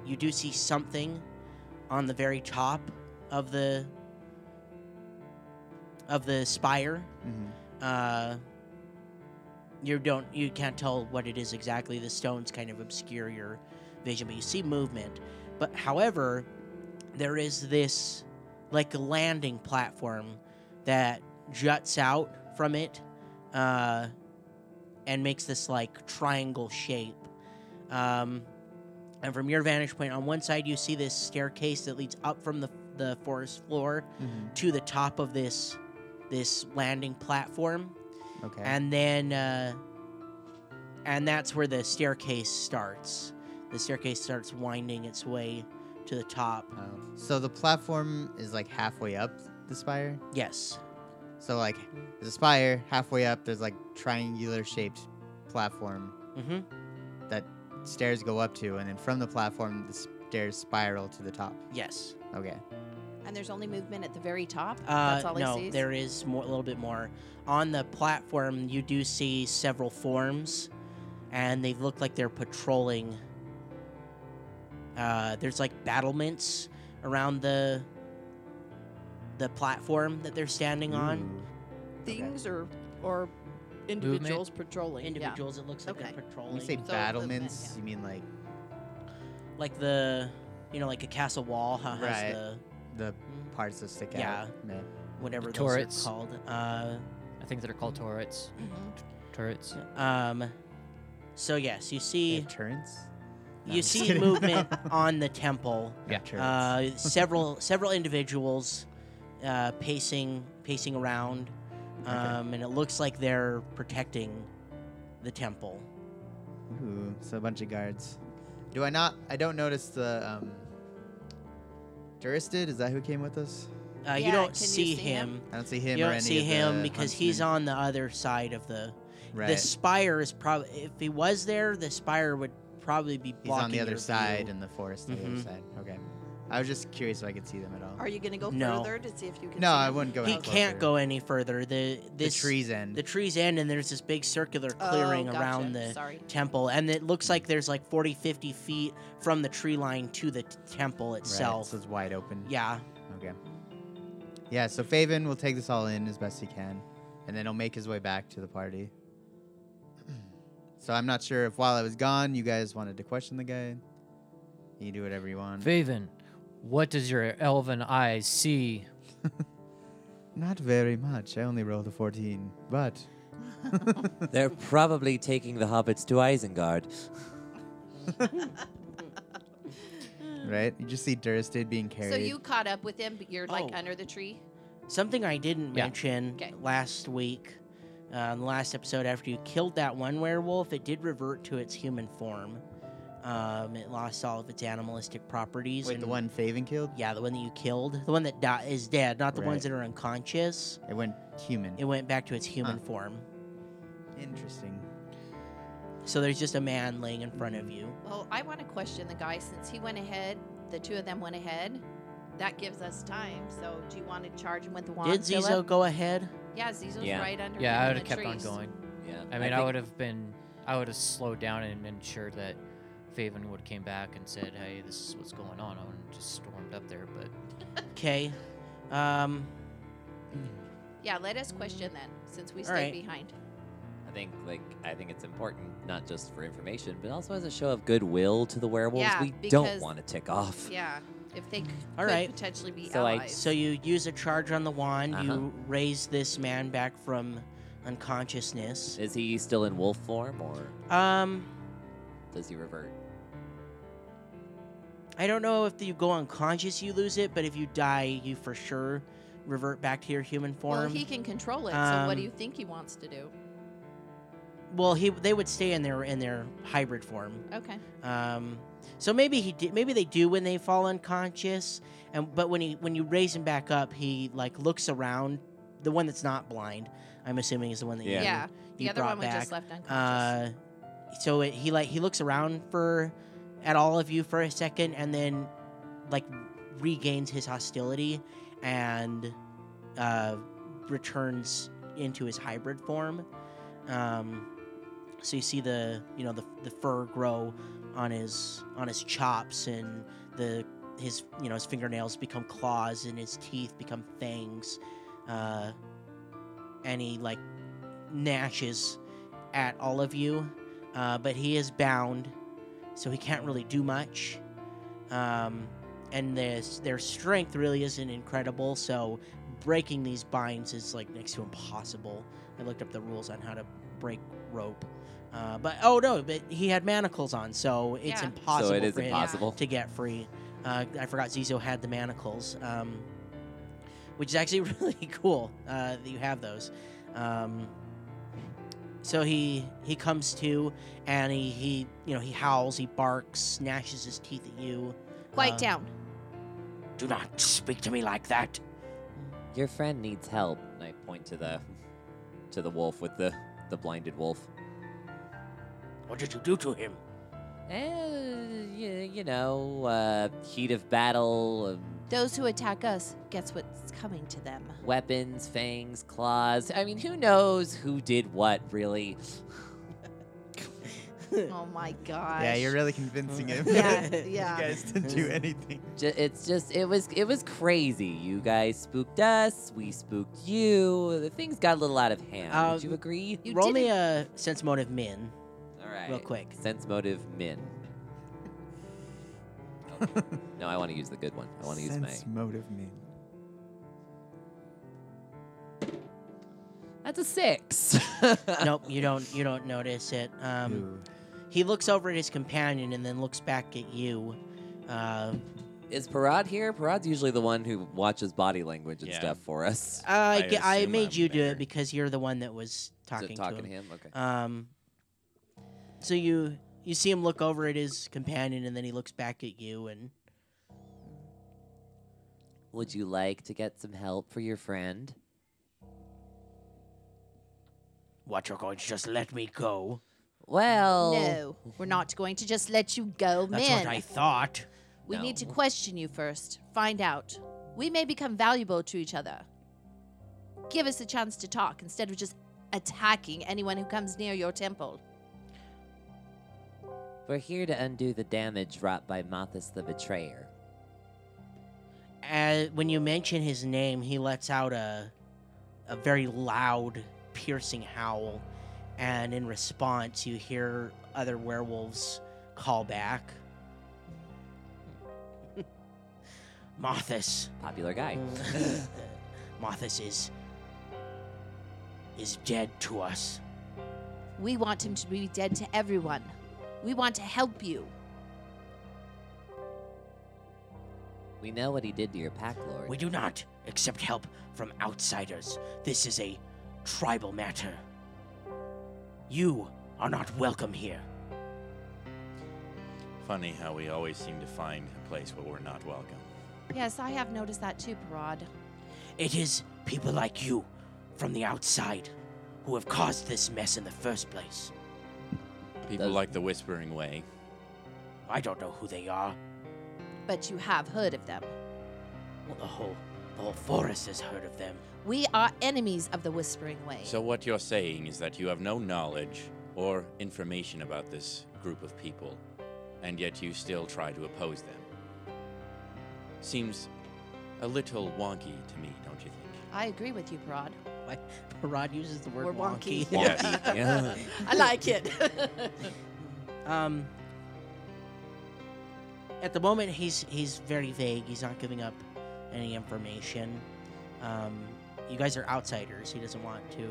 you do see something on the very top of the of the spire.
Mhm.
Uh, you don't you can't tell what it is exactly. The stones kind of obscure your vision, but you see movement. But however, there is this like landing platform that juts out from it uh, and makes this like triangle shape. Um, and from your vantage point, on one side you see this staircase that leads up from the the forest floor
Mhm.
to the top of this this landing platform
Okay.
and then uh, and that's where the staircase starts the staircase starts winding its way to the top
Oh. So the platform is like halfway up the spire.
yes
So like there's a spire halfway up. There's like triangular shaped platform
mm-hmm
that stairs go up to, and then from the platform the stairs spiral to the top.
yes
Okay.
And there's only movement at the very top.
uh,
That's all
no
he sees.
there is more a little bit more on the platform you do see several forms and they look like they're patrolling uh, there's like battlements around the the platform that they're standing on
Things
or or
individuals
patrolling.
individuals it looks like
Okay.
they're
Mm. When
patrolling
you say
movement,
battlements,
yeah.
you mean like
like the you know like a castle wall how has
Right.
the
the parts that stick
Yeah.
out. Yeah.
whatever
The
those
turrets.
are called uh
I think they're called turrets.
Mm-hmm.
Turrets.
um so yes you
They
see
have turrets. No,
you
I'm just
see
kidding.
movement on the temple
They have turrets.
uh several several individuals uh pacing pacing around
Okay.
um and it looks like they're protecting the temple
Ooh, so a bunch of guards. Do I not? I don't notice the um. Duristid, is that who came with us?
uh
Yeah,
you don't
can you
see,
see
him,
him?
I don't see him.
you
or
don't
any
see
of
him
the
because he's
huntsmen.
on the other side of the
Right.
The spire is probably if he was there, the spire would probably be
he's
blocking
on the other
your
side
view.
in the forest. on The
Mhm.
other side. Okay. I was just curious if I could see them at all.
Are you going to go
No.
further to see if you can?
no,
see
I
him?
wouldn't go.
he
any
can't
closer.
go any further. The this
the trees end.
the trees end, and there's this big circular clearing
Oh, gotcha.
around the
Sorry.
temple, and it looks like there's like 40, 50 feet from the tree line to the t- temple
right,
itself.
so it's wide open.
Yeah,
Okay. Yeah. So Faven will take this all in as best he can, and then he'll make his way back to the party. So I'm not sure if while I was gone, you guys wanted to question the guy. You can do whatever you want.
Faven, what does your elven eyes see?
Not very much. I only rolled a 14, but
They're probably taking the hobbits to Isengard.
right. You just see Durstid being carried.
So you caught up with him, but you're like
Oh.
under the tree.
something I didn't
Yeah.
mention
Okay.
last week, uh, in the last episode, after you killed that one werewolf, it did revert to its human form. Um, it lost all of its animalistic properties.
Wait,
and
the one Faven killed?
Yeah, the one that you killed. The one that di- is dead, not the ones
Right.
that are unconscious.
It went human.
It went back to its human form.
Interesting.
So there's just a man laying in front of you.
Well, I want to question the guy since he went ahead. The two of them went ahead. That gives us time. So do you want to charge him with the wand?
Did Zizo
Philip?
go ahead?
Yeah, Zizo's
Yeah.
right under.
Yeah,
him
I
in
would have
the
kept on
trees.
going.
Yeah.
I mean, I,
think-
would have been, I would have slowed down and ensured that Faven would have came back and said, "Hey, this is what's going on." I would have just stormed up there, but
Okay. Um,
Yeah, let us question then, since we
All
stayed
right.
behind.
I think like I think it's important not just for information, but also as a show of goodwill to the werewolves
Yeah,
we
because-
don't want to tick off.
Yeah, if they c-
All
could
right.
potentially be
So I-
allies.
so you use a charge on the wand.
Uh-huh.
You raise this man back from unconsciousness.
Is he still in wolf form or
Um,
does he revert?
I I don't know if you go unconscious, you lose it, but if you die, you for sure revert back to your human form.
Well, he can control it. so what
Um,
do you think he wants to do?
Well, he they would stay in their in their hybrid form.
Okay.
Um, so maybe he did. Maybe they do when they fall unconscious. And but when he when you raise him back up, he like looks around. The one that's not blind, I'm assuming, is the one that you-
Yeah.
Yeah.
you,
The other
brought
one was
back.
just left unconscious.
Uh, so it, he like he looks around for at all of you for a second, and then like regains his hostility and uh, returns into his hybrid form. Um, so you see the you know the, the fur grow on his on his chops and the his you know his fingernails become claws and his teeth become fangs, uh, and he like gnashes at all of you, uh, but he is bound, so he can't really do much. Um, and their their strength really isn't incredible, so breaking these binds is like next to impossible. I looked up the rules on how to break rope, uh, but oh no, but he had manacles on, so it's
Yeah. So it
impossible
so it is
for him
impossible.
to get free. Uh, I forgot Zizo had the manacles, um, which is actually really cool uh, that you have those. Um, so he he comes to and he, he you know he howls, he barks, gnashes his teeth at you.
Quiet
Uh,
down.
Do not speak to me like that.
Your friend needs help. And I point to the to the wolf with the the blinded wolf.
What did you do to him?
Eh, you, you know, uh, heat of battle, um,
Those who attack us, guess what's coming to them?
weapons, fangs, claws. I mean, who knows who did what, really?
oh my gosh.
Yeah, you're really convincing him.
Yeah,
you
yeah.
guys didn't do anything.
Ju- It's just it was it was crazy. You guys spooked us. We spooked you. The things got a little out of hand. Would
Um,
you agree?
You
Roll me
didn't-
a sense motive min,
All right.
real quick.
Sense motive min. Oh, no, I want to use the good one. I want to use my.
Sense motive mean.
That's a six.
nope, you don't you don't notice it. Um,
Ooh.
He looks over at his companion and then looks back at you. Uh,
Is Parad here? Parad's usually the one who watches body language and
Yeah.
stuff for us.
I, ge- I
assume
made
I'm
you do
there.
it because you're the one that was
Is it
talking,
talking
to him.
him. Okay.
Um, so you you see him look over at his companion and then he looks back at you and
Would you like to get some help for your friend?
what you're going to just let me go.
Well,
No, we're not going to just let you go,
That's
man.
what I thought.
we need to
No.
question you first. Find out. We may become valuable to each other. Give us a chance to talk instead of just attacking anyone who comes near your temple.
we're here to undo the damage wrought by Mathis the Betrayer.
Uh, when you mention his name, he lets out a a very loud, piercing howl, and in response, you hear other werewolves call back. Mothus.
Popular guy.
Mm. Mothus is is dead to us.
We want him to be dead to everyone. We want to help you.
We know what he did to your pack lord.
We do not accept help from outsiders. This is a tribal matter. You are not welcome here.
Funny how we always seem to find a place where we're not welcome.
Yes, I have noticed that too, Parad.
It is people like you from the outside who have caused this mess in the first place.
People
Those-
like the Whispering Way.
I don't know who they are.
But you have heard of them.
Well, the whole the whole forest has heard of them.
We are enemies of the Whispering Way.
So what you're saying is that you have no knowledge or information about this group of people, and yet you still try to oppose them. Seems a little wonky to me, don't you think?
I agree with you, Parad.
Rod uses the
word We're wonky. wonky.
Yes.
Yeah.
I like it.
Um, at the moment, he's he's very vague. He's not giving up any information. Um, you guys are outsiders. He doesn't want to. to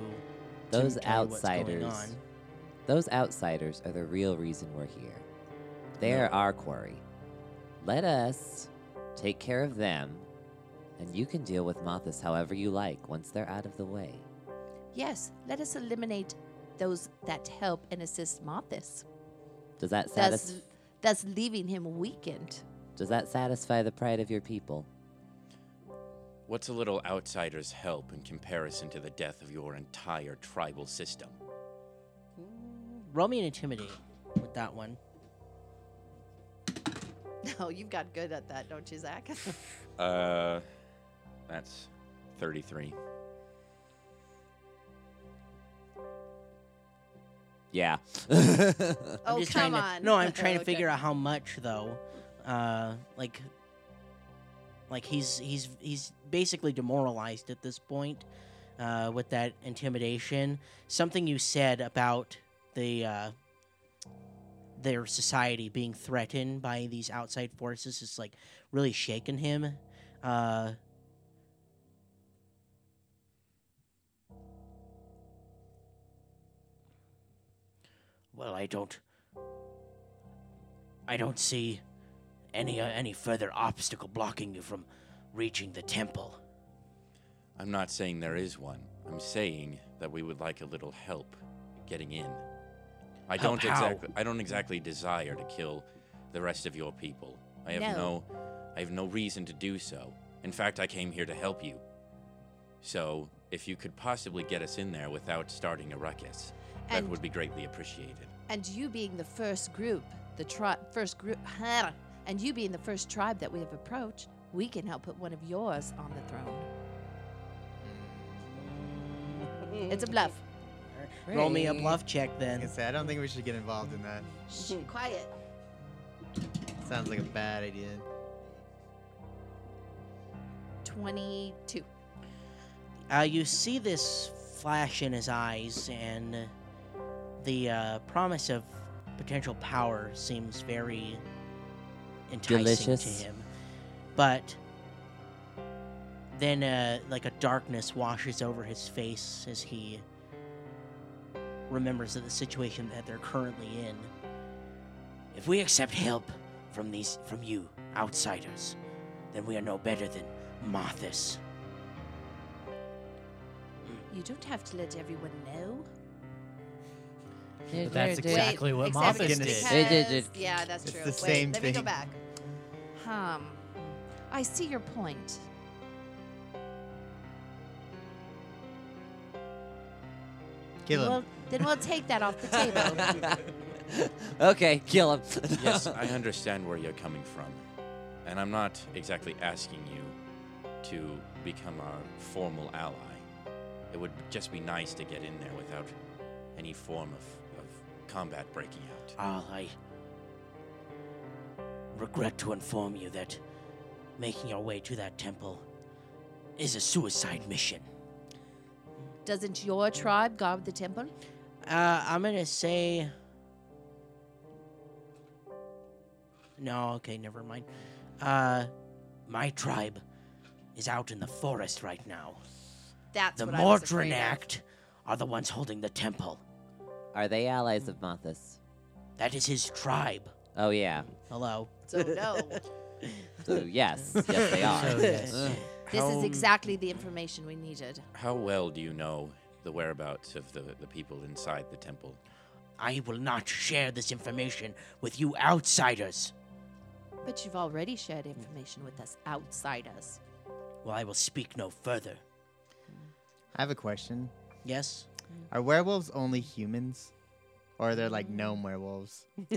Those
tell you what's going
outsiders.
on.
Those outsiders are the real reason we're here. They're
No.
our quarry. Let us take care of them, and you can deal with Mothas however you like once they're out of the way.
Yes, let us eliminate those that help and assist Mothis.
Does that
Thus,
satisfy?
thus leaving him weakened.
Does that satisfy the pride of your people?
What's a little outsider's help in comparison to the death of your entire tribal system?
Roll me an intimidate with that one.
No, Oh, you've got good at that, don't you, Zach?
Uh, that's 33.
Yeah.
oh,
I'm just
come
trying to-
on.
no, I'm trying to
Okay.
figure out how much though. Uh, like, like he's he's he's basically demoralized at this point uh, with that intimidation. Something you said about the uh, their society being threatened by these outside forces is like really shaking him. Uh, well, I don't I don't see any uh, any further obstacle blocking you from reaching the temple.
I'm not saying there is one. I'm saying that we would like a little help getting in. I
Help
don't
how?
exactly I don't exactly desire to kill the rest of your people. I have
No.
no. I have no reason to do so. In fact, I came here to help you. So, if you could possibly get us in there without starting a ruckus, that
And-
would be greatly appreciated.
And you being the first group, the tri- first group, and you being the first tribe that we have approached, we can help put one of yours on the throne. It's a bluff.
Roll me a bluff check
I
then.
say, I don't think we should get involved in that.
Shh, quiet.
Sounds like a bad idea.
22.
Uh, you see this flash in his eyes, and the uh, promise of potential power seems very enticing
Delicious.
to him. But then, uh, like a darkness washes over his face as he remembers that the situation that they're currently in. If we accept help from these, from you outsiders, then we are no better than Mothis.
You don't have to let everyone know.
But that's exactly what
except
Mothis
it's
did.
because- Yeah, that's
It's
true.
the
Wait,
same
let me go
thing.
back. Um, I see your point.
Kill him.
Well, then we'll take that off the table.
okay, kill him.
yes, I understand where you're coming from. And I'm not exactly asking you to become our formal ally. It would just be nice to get in there without any form of, of combat breaking out.
Al, I regret to inform you that making your way to that temple is a suicide mission.
Doesn't your tribe guard the temple?
Uh, I'm gonna say. No, okay, never mind. Uh, my tribe is out in the forest right now.
That's
The
what I was afraid
Mordrin
of.
Act are the ones holding the temple.
Are they allies of Mothas?
That is his tribe.
Oh yeah.
Hello.
So no.
So yes, Oh, yes they are.
This
How-
is exactly the information we needed.
How well do you know the whereabouts of the, the people inside the temple?
I will not share this information with you outsiders.
But you've already shared information with us outsiders.
Well, I will speak no further.
I have a question.
Yes?
Are werewolves only humans? Or are there
Mm.
like gnome werewolves?
Oh,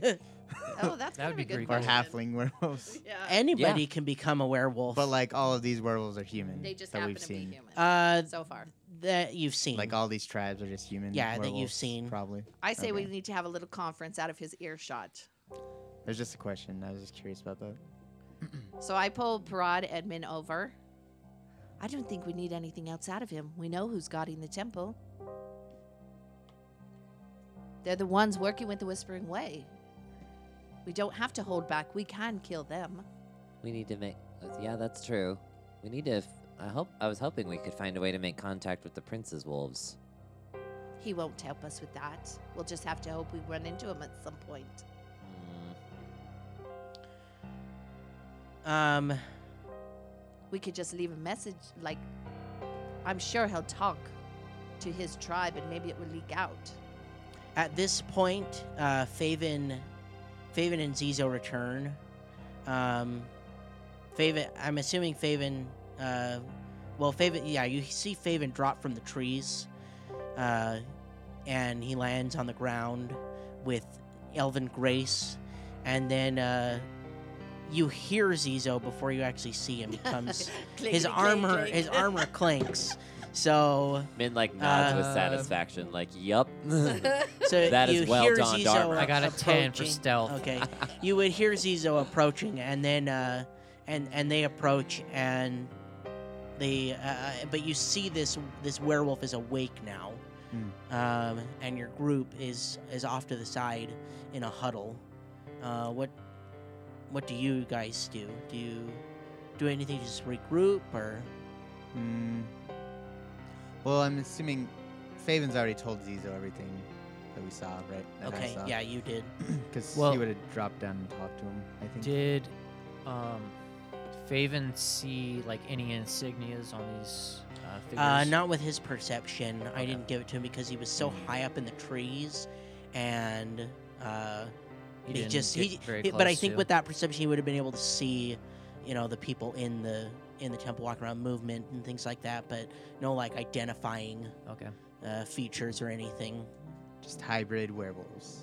that's kind
That would
of
be
a good
pretty
Or
question.
cool.
halfling werewolves?
Yeah.
Anybody can become a werewolf
Uh, But like all of these werewolves are human.
They just
that
happen
we've
to
seen.
be human.
uh,
so far.
that you've seen.
Like all these tribes are just human.
Yeah, that you've
werewolves,
seen.
Probably.
I say we
okay.
need to have a little conference out of his earshot.
It was just a question. I was just curious about that.
So I pull Parad Edmund over. I don't think we need anything else out of him. We know who's guarding the temple. They're the ones working with the Whispering Way. We don't have to hold back. We can kill them.
We need to make. uh, Yeah, that's true. We need to. F- I hope. I was hoping we could find a way to make contact with the prince's wolves.
He won't help us with that. We'll just have to hope we run into him at some point.
uh,
Um,
We could just leave a message. Like, I'm sure he'll talk to his tribe, and maybe it will leak out.
At this point, uh, Faven, Faven and Zizo return. Um, Faven, I'm assuming Faven. Uh, well, Faven, yeah, you see Faven drop from the trees, uh, and he lands on the ground with Elven grace, and then uh, you hear Zizo before you actually see him. He comes, his
Clickety, clink,
armor,
clink.
his armor clinks. So,
Min like nods with
Uh,
satisfaction,
Um.
like, yup.
so
That is
you
well
hear
done,
Zizo
Darmer.
I got a 10 for
approaching.
stealth.
Okay, you would hear Zizo approaching, and then uh, and and they approach, and they uh, but you see this this werewolf is awake now, um, and your group is is off to the side in a huddle. Uh, what what do you guys do? Do you do anything to just regroup or?
Hmm. Well, I'm assuming Faven's already told Zizo everything that we saw, right? That I
okay,
saw.
yeah, you did.
Because
Well-
he would have dropped down and talked to him, I think.
Did um, Faven see like any insignias on these uh, figures?
Uh, not with his perception. I
Okay.
didn't give it to him because he was so high up in the trees, and uh,
He
he,
didn't
just
get
he.
very
he- but I
close
think
to.
with that perception, he would have been able to see, you know, the people in the in the temple walking around, movement and things like that. But no, like identifying
Okay.
uh, features or anything.
Just hybrid werewolves.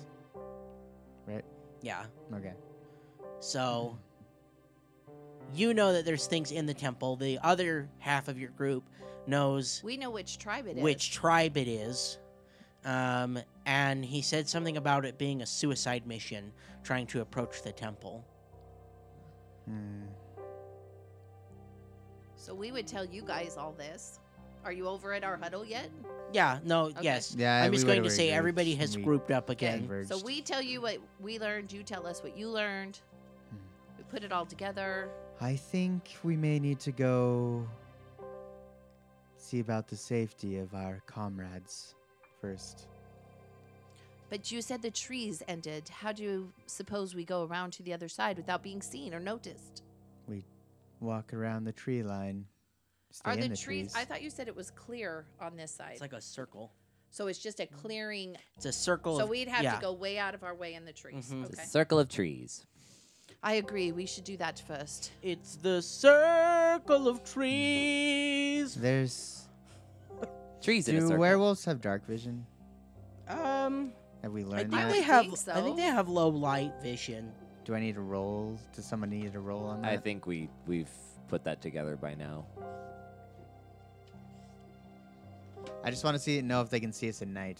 Yeah.
Okay.
So you know that there's things in the temple. The other half of your group knows
We know which tribe it is.
which tribe it is. Um, and he said something about it being a suicide mission trying to approach the temple.
Hmm.
So we would tell you guys all this. Are you over at our huddle yet?
Yeah, no,
Okay.
yes.
Yeah,
I'm
we
just
would
going to
have
say
regrouped
everybody
and
has
we
grouped up again.
converged.
So we tell you what we learned. You tell us what you learned.
Hmm.
We put it all together.
I think we may need to go see about the safety of our comrades first.
But you said the trees ended. How do you suppose we go around to the other side without being seen or noticed?
Walk around the tree line. Stay
Are
in
the,
the
trees, I thought you said it was clear on this side.
It's like Mm-hmm. a circle.
so it's just a clearing.
It's a circle.
So
of-
we'd have
yeah.
to go way out of our way in the trees.
Mhm.
It's a
Okay.
circle of trees.
I agree. We should do that first.
It's the circle of trees.
There's.
Trees in a
Do
circle.
werewolves have dark vision?
Um,
Have we
I
learned
think
I
that?
they
would
have.
think
I think
so.
they have low light vision.
Do I need to roll? Does someone need to roll on that?
I think we we've put that together by now.
I just want to see know if they can see us at night,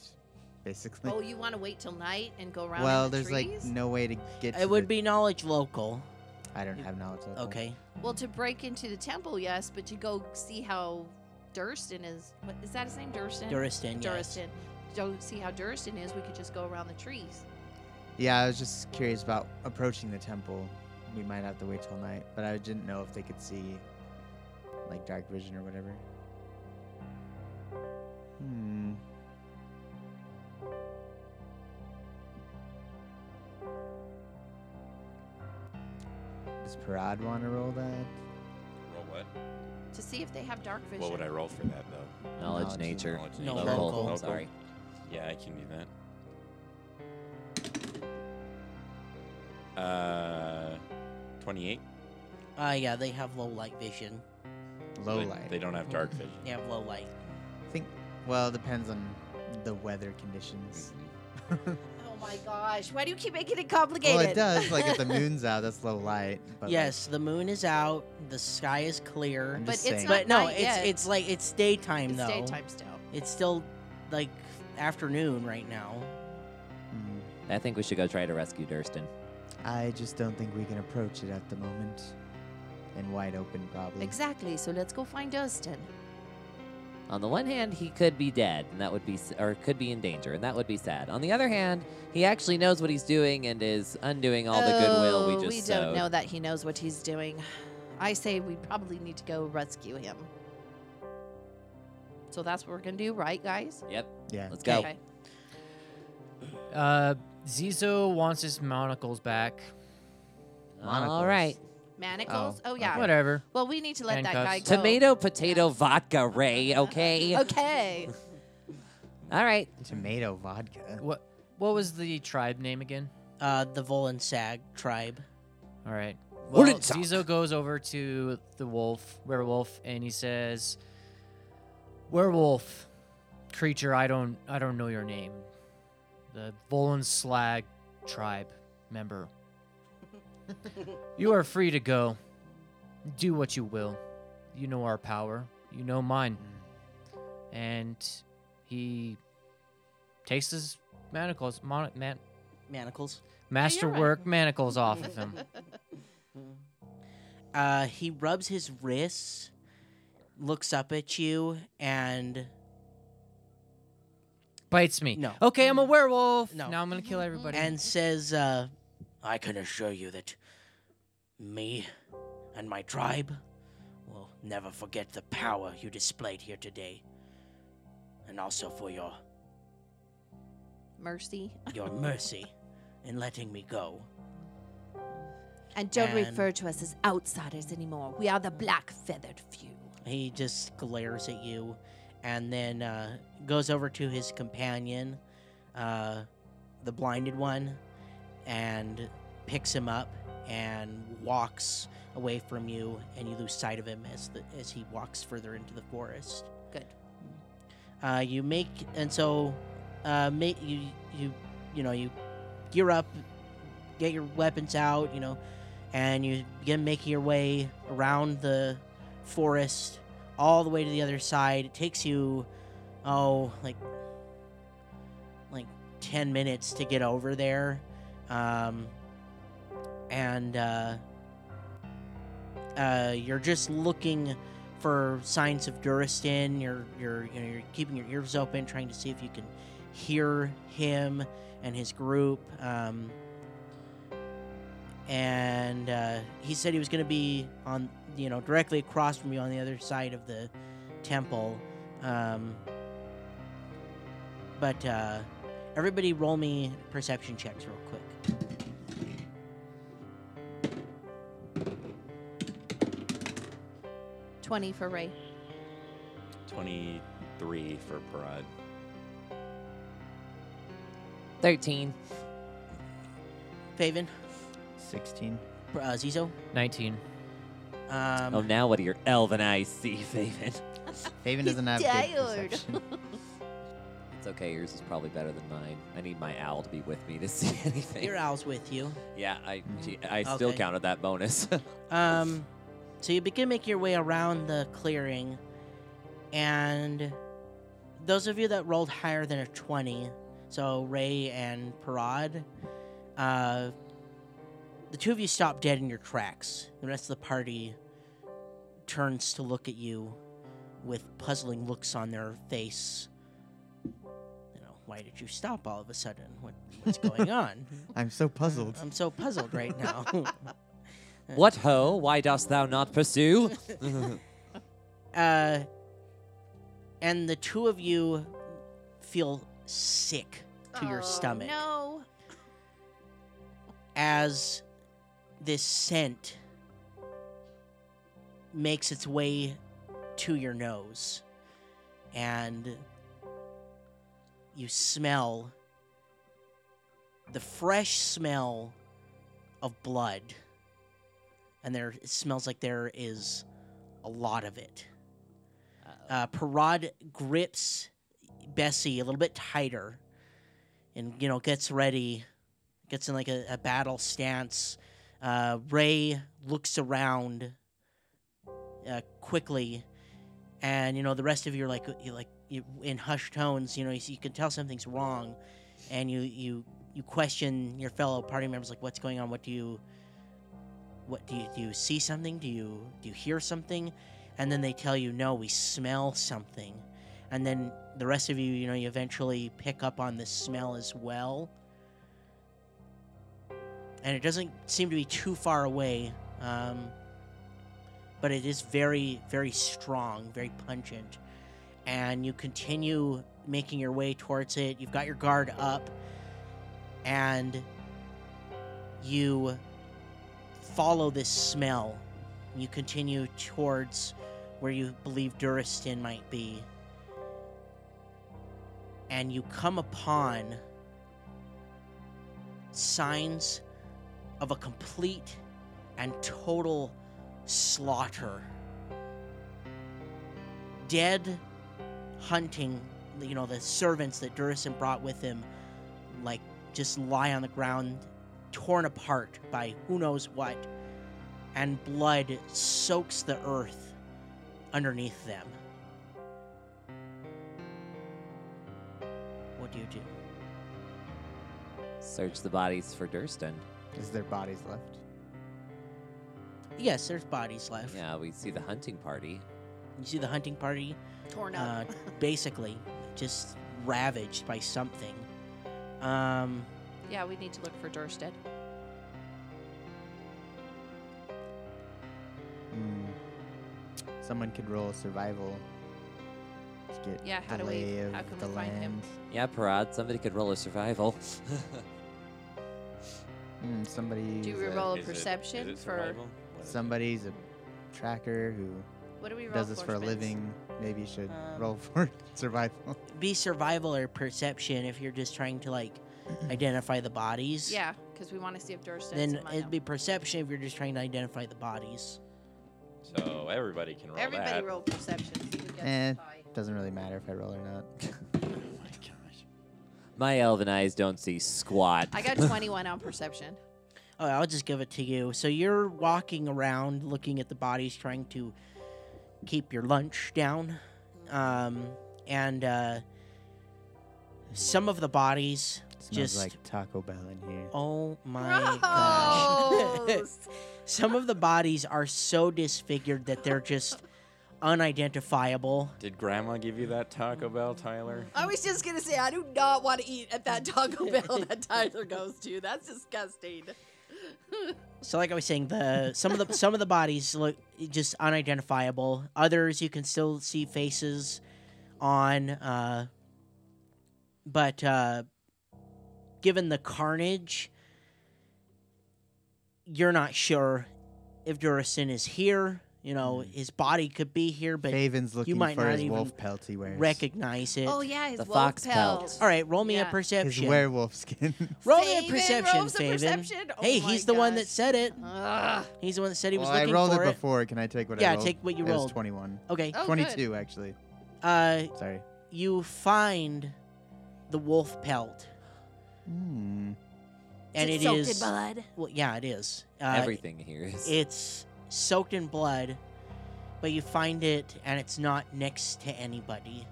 basically.
Oh, you want to wait till night and go around?
well,
in the
there's like
trees?
no way to get. to
It would
the-
be knowledge local.
I don't have knowledge. Of that.
Okay.
Well, to break into the temple, yes, but to go see how Durston is. What, is that his name? Durston?
Duristan. Yes.
Duristan. Don't see how Duristan is. We could just go around the trees.
Yeah, I was just curious about approaching the temple. We might have to wait till night, but I didn't know if they could see, like dark vision or whatever. Hmm. Does Parad want to roll that?
Roll what?
To see if they have dark vision.
What would I roll for that though?
Knowledge,
Knowledge,
nature,
Knowledge,
No,
nature.
local.
local.
Local.
Sorry.
Yeah, I can do that. Uh, twenty-eight.
Uh, yeah, they have low light vision.
Low
they,
light.
They don't have
Mm-hmm.
dark vision.
They have low light.
I think. Well, it depends on the weather conditions.
Oh my gosh. Why do you keep making it complicated?
Well, it does. Like if the moon's out, that's low light. But like,
yes, the moon is out. The sky is clear.
I'm
But
just
it's
saying.
not
But no,
night
it's
yet.
it's like it's daytime
It's
though.
daytime still.
It's still like afternoon right now.
Mm.
I think we should go try to rescue Durston.
I just don't think we can approach it at the moment. And wide open, probably.
Exactly. So let's go find Durston.
On the one hand, he could be dead, and that would be, s- or could be in danger, and that would be sad. On the other hand, he actually knows what he's doing and is undoing all the goodwill we
Oh,
just
We
sowed.
don't know that he knows what he's doing. I say we probably need to go rescue him. So that's what we're going to do, right, guys?
Yep,
Yeah.
let's go.
Okay.
Uh, Zizo wants his monocles back.
All right,
Manacles? Oh,
Oh,
yeah.
okay.
Whatever.
Well, we need to let that guy
Handcuffs.
go.
Tomato, potato, vodka, Ray. Oh. Okay.
Okay.
All right.
Tomato vodka.
What What was the tribe name again?
Uh, the Volan Sag tribe.
All right.
What
Well,
did Zach-
Zizo goes over to the wolf, werewolf, and he says, "Werewolf, creature, I don't, I don't know your name. The Volan Slag tribe member. you are free to go. Do what you will. You know our power. You know mine." And he takes his manacles, mon- man-
Manacles.
masterwork manacles off of him.
Uh, he rubs his wrists, looks up at you, and
bites me.
No.
Okay, I'm a werewolf.
No.
Now I'm gonna kill everybody.
and says, uh, "I can assure you that me and my tribe will never forget the power you displayed here today, and also for your
Mercy.
your mercy in letting me go."
And don't
And-
refer to us as outsiders anymore. We are the black feathered few.
He just glares at you and then uh, goes over to his companion, uh, the blinded one, and picks him up and walks away from you, and you lose sight of him as, the, as he walks further into the forest.
Good.
Uh, you make, and so uh, make, you, you, you know, you gear up, get your weapons out, you know, and you begin making your way around the forest all the way to the other side. It takes you, oh, like, like 10 minutes to get over there. Um, and, uh, uh, you're just looking for signs of Duristan. You're, you're, you know, you're keeping your ears open, trying to see if you can hear him and his group. Um, and uh, he said he was going to be on, you know, directly across from you on the other side of the temple. Um, but uh, everybody, roll me perception checks real quick.
Twenty for Ray.
23 for Parad.
13.
Faven,
16.
uh, Zizo.
19.
Um,
oh, now what do your elven eyes see, Faven?
Faven doesn't have good
Tired.
perception.
It's okay. Yours is probably better than mine. I need my owl to be with me to see anything.
Your owl's with you.
Yeah, I, gee, I still
Okay.
counted that bonus.
Um, so you begin making your way around the clearing, and those of you that rolled higher than a twenty, so Ray and Parad, uh, the two of you stop dead in your tracks. The rest of the party turns to look at you with puzzling looks on their face. You know, why did you stop all of a sudden? What, what's going on?
I'm so puzzled.
I'm so puzzled right now.
what ho? Why dost thou not pursue?
uh, and the two of you feel sick to your
Oh,
stomach
No.
as this scent makes its way to your nose and you smell the fresh smell of blood and there it smells like there is a lot of it uh, Parad grips Bessie a little bit tighter, and you know gets ready, gets in like a, a battle stance. Uh, Ray looks around uh, quickly, and you know the rest of you are like you like you, in hushed tones. You know you, see- you can tell something's wrong, and you you you question your fellow party members like what's going on. What do you what do you do? You see something? Do you do you hear something? and then they tell you no we smell something and then the rest of you you know you eventually pick up on this smell as well and it doesn't seem to be too far away um, but it is very very strong very pungent and you continue making your way towards it you've got your guard up and you follow this smell. You continue towards where you believe Duristan might be. And you come upon signs of a complete and total slaughter. Dead hunting, you know, the servants that Duristan brought with him, like just lie on the ground, torn apart by who knows what, and blood soaks the earth underneath them. What do you do?
Search the bodies for Durston.
Is there bodies left?
Yes, there's bodies left.
Yeah, we see the hunting party.
You see the hunting party
Torn
uh,
up.
basically just ravaged by something. Um,
yeah, we need to look for Durstead.
Mm. Someone could roll survival to get
Yeah, how
the
do we-
lay of
how can
the
we find him?
land.
Yeah, Parad, somebody could roll a survival.
Mm, somebody's
Do we
a-
roll a
Is it- is
perception
it
for
survival? What is it?
somebody's a tracker who
what do we roll
does this for a
Schmitz?
living. Maybe should
Um,
roll for survival.
be survival or perception if you're just trying to like identify the bodies.
Yeah, because we want to see if Durstead's
Then
among
it'd
them.
be perception if you're just trying to identify the bodies.
So everybody can roll
Everybody
that.
roll perception. See who gets
Eh.
high.
Doesn't really matter if I roll or not.
Oh my gosh.
My elven eyes don't see squat.
I got 21 on perception.
Oh, I'll just give it to you. So you're walking around looking at the bodies, trying to keep your lunch down. Um, and uh, some of the bodies
Smells
just.
like Taco Bell in here.
Oh my gosh.
Gross.
Some of the bodies are so disfigured that they're just unidentifiable.
Did Grandma give you that Taco Bell, Tyler?
I was just gonna say I do not want to eat at that Taco Bell that Tyler goes to. That's disgusting.
So like I was saying, the some of the some of the bodies look just unidentifiable. Others you can still see faces on, uh, but uh, given the carnage, you're not sure if Durison is here. You know,
Mm.
his body could be here, but
Faven's looking
might
for
not
his
even
wolf pelt he wears.
recognize it.
Oh yeah, his
The
wolf
fox
pelt.
pelt.
All right, roll me a
Yeah.
his
perception.
werewolf skin.
roll me
Faven
a perception,
rolls a
Faven.
perception? Oh
Hey,
my
he's the one that
gosh.
said it.
Ugh.
He's the one that said he was
well, I
looking
rolled
for
it
it.
before. Can I take what I
Yeah,
rolled?
take what you
It was
rolled.
21.
Okay.
Oh, good.
22 actually.
Uh,
Sorry.
you find the wolf pelt, Hmm.
Mm.
and
Is
it
it soaked in
is
blood.
well, yeah, it is. Uh,
Everything here is.
It's soaked in blood, but you find it, and it's not next to anybody.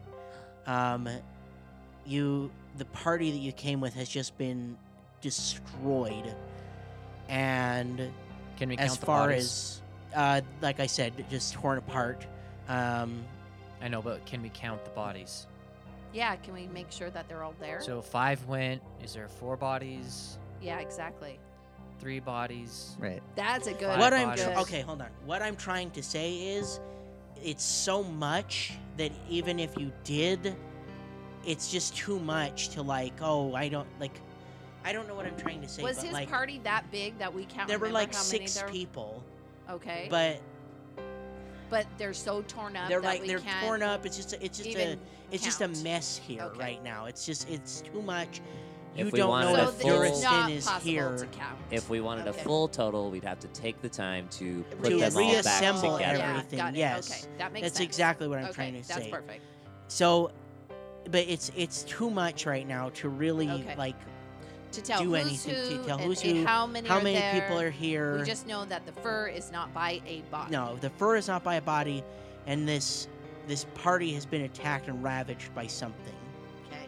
Um, you, the party that you came with has just been destroyed, and
Can we count
as
the
far
bodies?
as, uh, like I said, just torn apart. Um,
I know, but can we count the bodies?
Yeah, can we make sure that they're all there?
So five went. Is there four bodies?
yeah, exactly.
Three bodies?
Right.
That's a good.
Five
what I'm
bodies.
tr-
good.
okay, hold on. What I'm trying to say is, it's so much that even if you did, it's just too much to like. Oh, I don't like. I don't know what I'm trying to say.
Was
but
his
like,
party that big that we count?
There were like
how many
six
there?
people,
Okay, but,
but
they're so torn up.
they're
Um, that
like
we
they're
can't
torn up. It's just a- it's just a
even
it's just a
count.
mess here
Okay.
right now. It's just it's too much.
If
you
we
don't
wanted
know
a
So
if
it's
full-
not
Duristan is
possible
here.
to count.
if we wanted
Okay.
a full total, we'd have to take the time to put
To
them all back
reassemble
together.
Yeah,
everything,
got it.
yes.
Okay, that makes
That's
sense.
exactly what I'm
okay,
trying to
that's
say.
perfect.
So, but it's it's too much right now to really
Okay.
like
To tell
do
who's
anything
who
to tell
and,
who's
and
who,
how many,
how
are
many
there.
people are here.
We just know that the fur is not by a bot.
No, the fur is not by a body, and this this party has been attacked and ravaged by something.
Okay.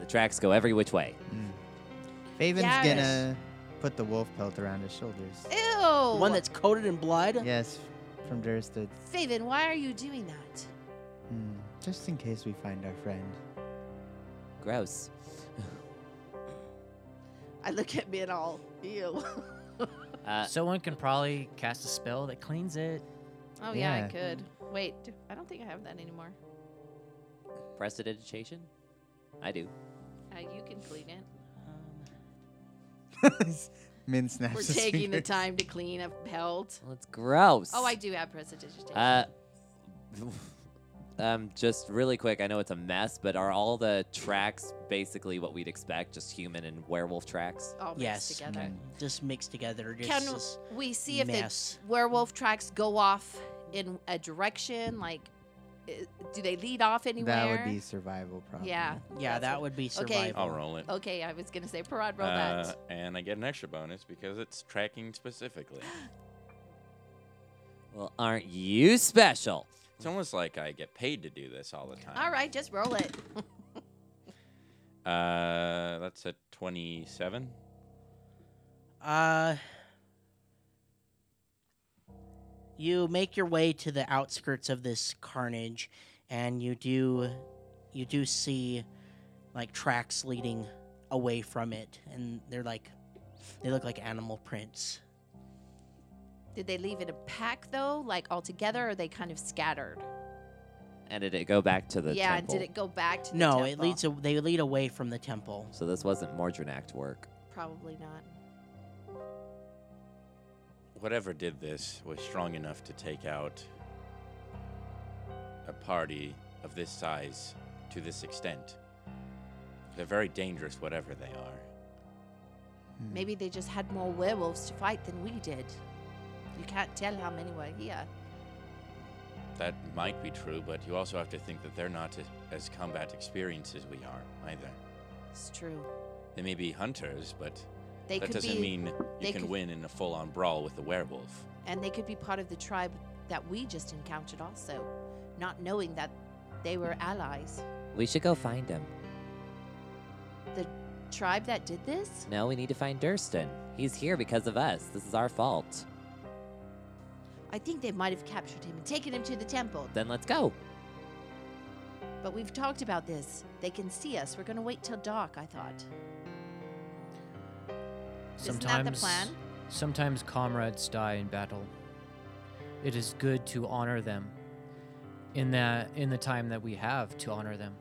The tracks go every which way.
Hmm.
Mm. Faven's
Yes.
gonna put the wolf pelt around his shoulders.
Ew.
The One that's coated in blood.
Yes, from Durstad.
Faven, why are you doing that?
Mm. Just in case we find our friend.
Gross.
I look at me and all. Ew.
Uh,
Someone can probably cast a spell that cleans it.
Oh yeah,
Yeah.
I could. Wait, d- I don't think I have that anymore.
prestidigitation? I do.
Uh, you can clean it.
Um,
Min snaps
We're
his
taking the
finger.
time to clean a pelt.
Well, it's gross.
Oh, I do have prestidigitation.
Uh, um, just really quick, I know it's a mess, but are all the tracks basically what we'd expect, just human and werewolf tracks?
All mixed
yes.
together.
Just mixed together. Just
Can
this
we see if the
mess.
werewolf tracks go off in a direction? Like, i- do they lead off anywhere?
That would be survival, probably.
Yeah.
yeah,
that's
that
what-
would be survival.
Okay.
I'll roll it.
Okay, I was gonna say Parad Oh, roll
Uh,
that.
and I get an extra bonus because it's tracking specifically.
Well, aren't you special?
It's almost like I get paid to do this all the time.
All right, just roll it.
Uh, that's a 27.
Uh, you make your way to the outskirts of this carnage, and you do, you do see, like tracks leading away from it, and they're like, they look like animal prints.
Did they leave it a pack though, like all together, or are they kind of scattered?
And did it go back to the
yeah, and
temple?
did it go back to the
No, it
temple?
leads. A, they lead away from the temple.
So this wasn't Mordrenact work.
Probably not.
whatever did this was strong enough to take out a party of this size to this extent. They're very dangerous, whatever they are.
Hmm.
Maybe they just had more werewolves to fight than we did. You can't tell how many were here.
That might be true, but you also have to think that they're not a- as combat experienced as we are either.
It's true.
They may be hunters, but
They
that
could
doesn't
be,
mean you
they
can
could-
win in a full-on brawl with a werewolf.
and they could be part of the tribe that we just encountered, also, not knowing that they were allies.
We should go find him.
Tribe that did this?
No, we need to find Durston. He's here because of us. This is our fault.
I think they might have captured him and taken him to the temple.
Then let's go.
But we've talked about this. They can see us. We're going to wait till dark, I thought. Isn't
Sometimes,
that the plan?
Sometimes comrades die in battle. It is good to honor them in the in the time that we have to honor them.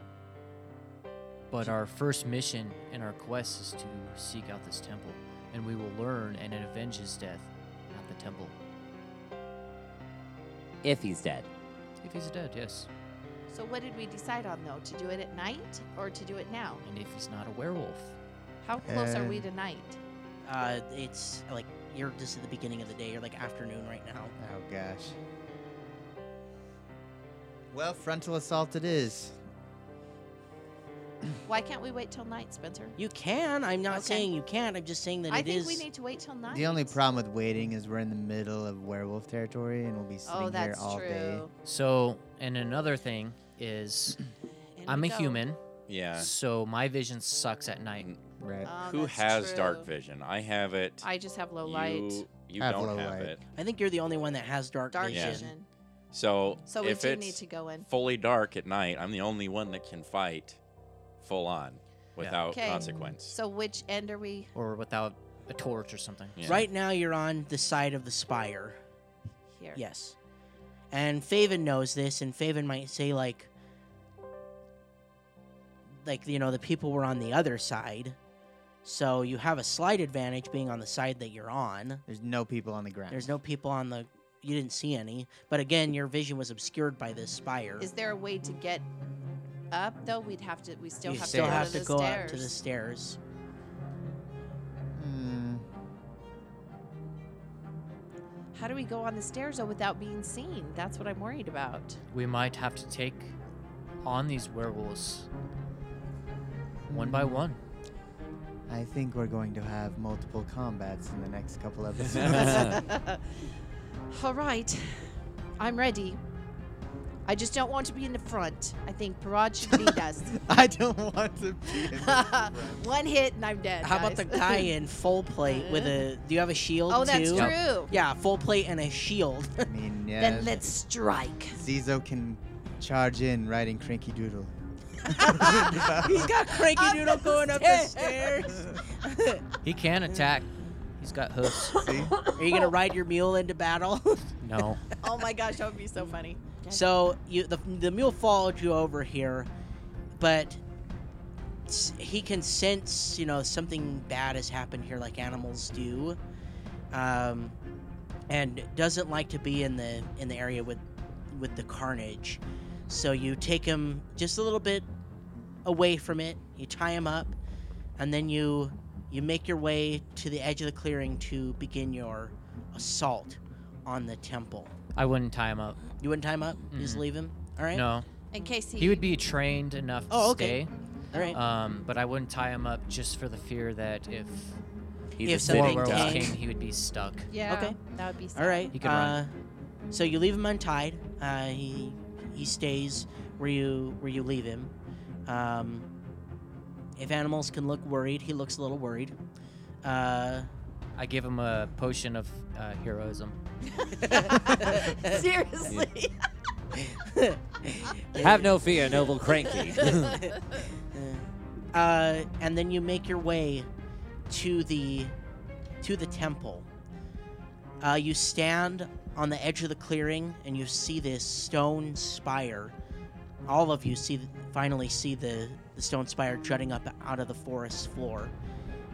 But our first mission and our quest is to seek out this temple, and we will learn and avenge his death at the temple.
If he's dead.
If he's dead, yes.
So, what did we decide on, though? To do it at night or to do it now?
And if he's not a werewolf.
How close are we
Um,
to night?
Uh, it's like you're just at the beginning of the day. You're like afternoon right now.
Oh gosh. Well, frontal assault it is.
Why can't we wait till night, Spencer?
You can. I'm not
Okay.
saying you can't. I'm just saying that
I
it
think
is.
we need to wait till night.
The only problem with waiting is we're in the middle of werewolf territory and we'll be sitting
Oh,
here
that's
all
true.
day.
So, and another thing is,
In
I'm
we
a
go.
human,
Yeah.
so my vision sucks at night.
Right.
Oh,
Who
that's
has
true.
dark vision? I have it.
I just have low
you,
light.
You
I have
don't
low
have
light.
it.
I think you're the only one that has dark,
Dark
vision.
vision.
So,
So we
if
do
it's
need to go in.
fully dark at night, I'm the only one that can fight full on without
Okay.
consequence.
So which end are we?
or without a torch or something.
Yeah.
Right now, you're on the side of the spire.
Here.
Yes. And Faven knows this, and Faven might say, like, like, you know, the people were on the other side. So you have a slight advantage being on the side that you're on.
There's no people on the ground.
There's no people on the. You didn't see any. But again, your vision was obscured by this spire.
Is there a way to get up though? We'd have to. We still
you
have
still
to go,
have
to,
to
the
go
stairs.
up to the stairs.
Hmm.
How do we go on the stairs though without being seen? That's what I'm worried about.
We might have to take on these werewolves one by one.
I think we're going to have multiple combats in the next couple episodes.
All right, I'm ready. I just don't want to be in the front. I think Parad should lead us.
I don't want to be in the front.
One hit and I'm dead.
How about the
guys.
guy in full plate with a. Do you have a shield?
oh, that's
too?
true.
Yeah, full plate and a shield.
I mean, yeah.
Then let's strike.
Zizo can charge in riding Cranky Doodle.
He's got cranky
Up
doodle
the
going up the stairs.
He can attack. He's got hoofs.
See?
Are you gonna ride your mule into battle?
No.
Oh my gosh, that would be so funny.
so you the, the mule followed you over here, but s- he can sense you know something bad has happened here like animals do um, and doesn't like to be in the in the area with with the carnage so you take him just a little bit away from it you tie him up and then you you make your way to the edge of the clearing to begin your assault on the temple
I wouldn't tie him up.
you wouldn't tie him up you just
Mhm.
leave him all right
No,
In case he,
he would be trained enough to
Oh, okay. all right
stay. Um, but I wouldn't tie him up just for the fear that if
He's
If
a
something
sitting
Werewolf
came-
duck.
came, he would be stuck.
Yeah.
Okay.
That would be. Sad.
All right.
He can
uh,
run.
So you leave him untied. Uh, he he stays where you where you leave him. Um, if animals can look worried, he looks a little worried. Uh,
I give him a potion of uh, heroism.
Seriously.
Have no fear, noble cranky.
uh, and then you make your way to the to the temple. Uh, you stand on the edge of the clearing and you see this stone spire. All of you see finally see the, the stone spire jutting up out of the forest floor.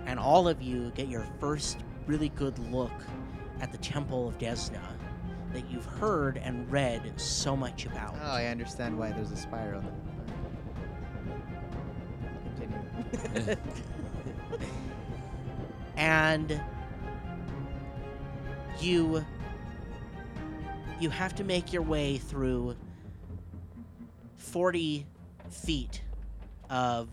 And all of you get your first really good look at the Temple of Desna that you've heard and read so much about.
Oh, I understand why there's a spiral. Continue.
and you you have to make your way through 40 feet of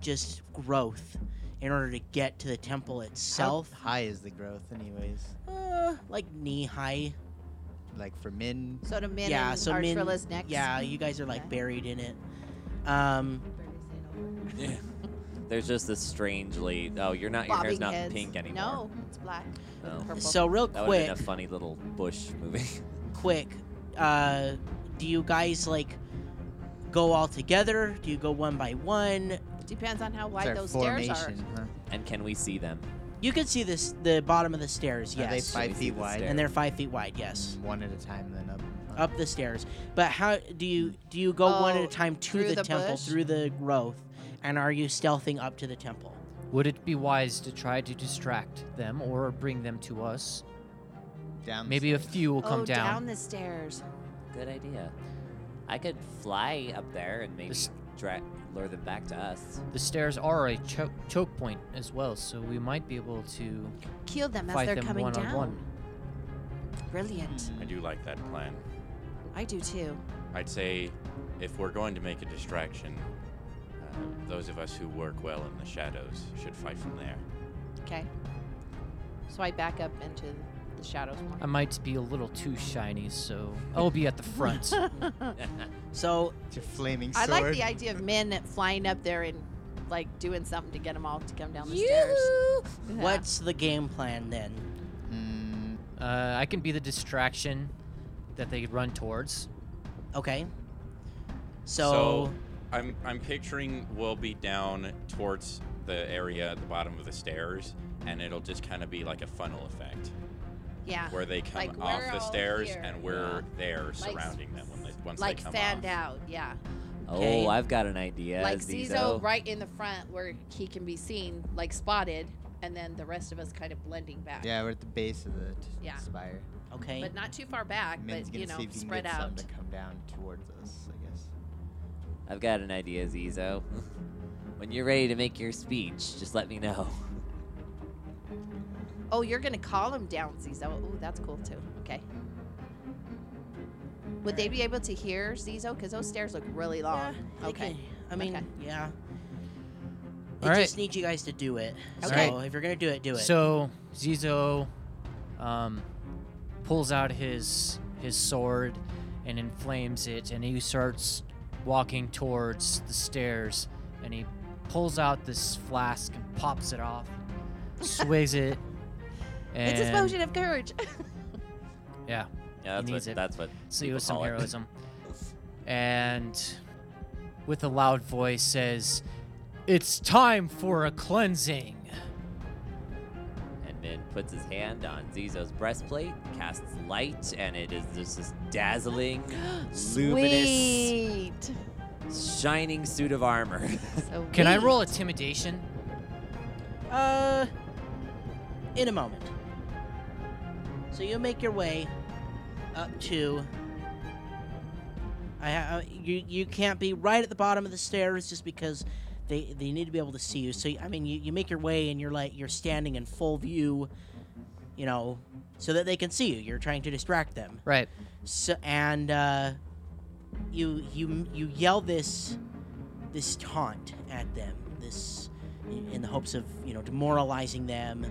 just growth in order to get to the temple itself
How high is the growth, anyways?
uh, like knee high
Like for men,
so to Min
Yeah,
and
so Min-
Artrilla's next.
yeah you guys are like
Okay.
buried in it um
Yeah.
There's just this strangely. Oh, you're not. Your
Bobbing
hair's not
heads.
pink anymore.
No, it's black. with
Oh.
Purple.
so real
That would have
quick
been a funny little bush movie.
quick uh do you guys like go all together do you go one by one
depends on how
it's
wide
our
those
formation.
stairs are.
huh?
and can we see them?
you can see this the bottom of the stairs
Are they
yes
Can we
five
see
feet
the
wide?
stairs?
and they're five feet wide yes
One at a time, then up.
up the stairs but how do you do you go one at a
Oh,
time to
through
the,
the
temple
bush?
through the growth and are you stealthing up to the temple
Would it be wise to try to distract them or bring them to us?
Down the
Maybe a
stairs.
few will come
oh,
down.
the stairs.
Good idea. I could fly up there and maybe
This-
dra- lure them back to us.
The stairs are a cho- choke point as well, so we might be able to
Kill them as
fight
they're
them
coming
one
down.
on one.
Brilliant.
I do like that plan.
I do too.
I'd say if we're going to make a distraction, uh, those of us who work well in the shadows should fight from there.
Okay. So I back up into the shadows more.
I might be a little too shiny, so I'll be at the front. Uh,
so
It's your flaming
I
sword.
like the idea of men flying up there and like doing something to get them all to come down the stairs. Yeah.
what's the game plan then
Mm,
Uh, I can be the distraction that they run towards.
okay so,
I'm I'm picturing we'll be down towards the area at the bottom of the stairs, and it'll just kind of be like a funnel effect
Yeah.
where they come
Like,
off
we're
the
all
stairs
here.
and we're
Yeah.
there surrounding them when they once
Like
they come
fanned
off.
out. Yeah.
Okay.
Oh, I've got an idea.
like
Zizo.
Zizo right in the front where he can be seen, like spotted, and then the rest of us kind of blending back.
yeah, we're at the base of the t-
Yeah.
spire.
okay
But not too far back,
Min's
but
gonna
you know,
see if he can
spread
get
out.
something to come down towards us. I guess.
I've got an idea, Zizo. when you're ready to make your speech, just let me know.
Oh, you're gonna call him down, Zizo. Oh, that's cool too. Okay. Would they be able to hear Zizo? Because those stairs look really long.
Um,
they
okay.
can- i mean
Okay.
yeah I
All right.
just need you guys to do it. So
Okay.
if you're gonna do it, do it.
So Zizo um, pulls out his his sword and inflames it, and he starts walking towards the stairs, and he pulls out this flask and pops it off, swigs it. And
It's his potion of courage.
Yeah, that's
needs
what.
it.
That's what.
See, it
people
was some
call it.
heroism. and with a loud voice says, It's time for a cleansing.
And Min puts his hand on Zizo's breastplate, casts light, and it is just this dazzling, luminous
Sweet.
shining suit of armor.
So
Can I
we-
roll intimidation?
Uh, in a moment. So you make your way up to. I ha- uh, you you can't be right at the bottom of the stairs just because they they need to be able to see you. So I mean, you, you make your way and you're like you're standing in full view, you know, so that they can see you. You're trying to distract them.
Right.
So and uh, you you you yell this this taunt at them, this in the hopes of you know demoralizing them,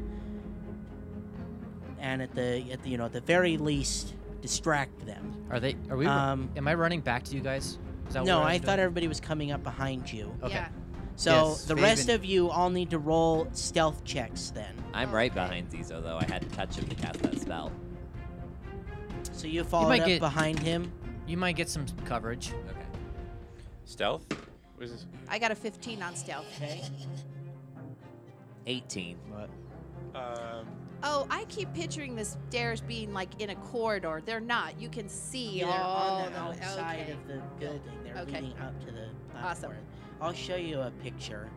and at the at the, you know at the very least distract them.
Are they? Are we?
um,
am I running back to you guys? Is that
no,
what
I
I'm
thought
doing?
everybody was coming up behind you.
Okay.
Yeah.
So
Yes,
the
Faven-
rest of you all need to roll stealth checks then.
I'm right behind Zizo though. I had to touch him to cast that spell.
So you followed
might
up
get-
behind him.
You might get some coverage.
Okay.
Stealth? What is this?
I got a 15 on stealth.
Okay.
18.
What?
Um,
Oh, I keep picturing the stairs being like in a corridor. They're not. You can see
They're
all
on the
the way-
outside
okay.
of the building. They're
Okay.
leading up to the
Awesome.
platform. I'll show you a picture.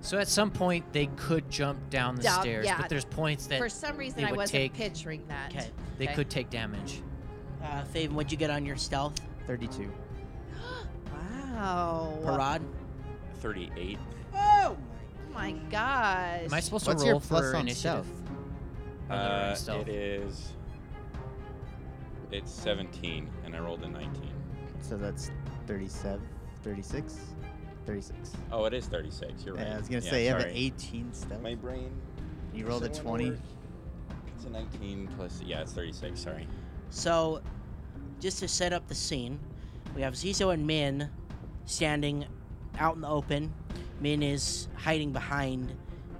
So at some point they could jump down the
Down-
stairs,
yeah.
but there's points that
For some reason,
they
I
would
wasn't
take-
picturing that.
Okay.
they
okay.
could take damage.
Uh, Faven, what'd you get on your stealth?
32.
Wow.
Parad?
38.
Oh
Oh my gosh.
Am I supposed
What's
to
your
roll
plus
for
on
initiative?
stealth?
Oh, no, right,
Uh,
stealth.
it is. It's 17, and I rolled a 19.
So that's 37, 36, 36.
Oh, it is 36. You're right.
Yeah, I was gonna
Yeah,
say you have an
sorry.
18 stealth.
My brain.
You rolled a
doesn't
20.
wanna work. It's a 19 plus. Yeah, it's 36. Sorry.
So, just to set up the scene, we have Zizo and Min standing out in the open. Min is hiding behind,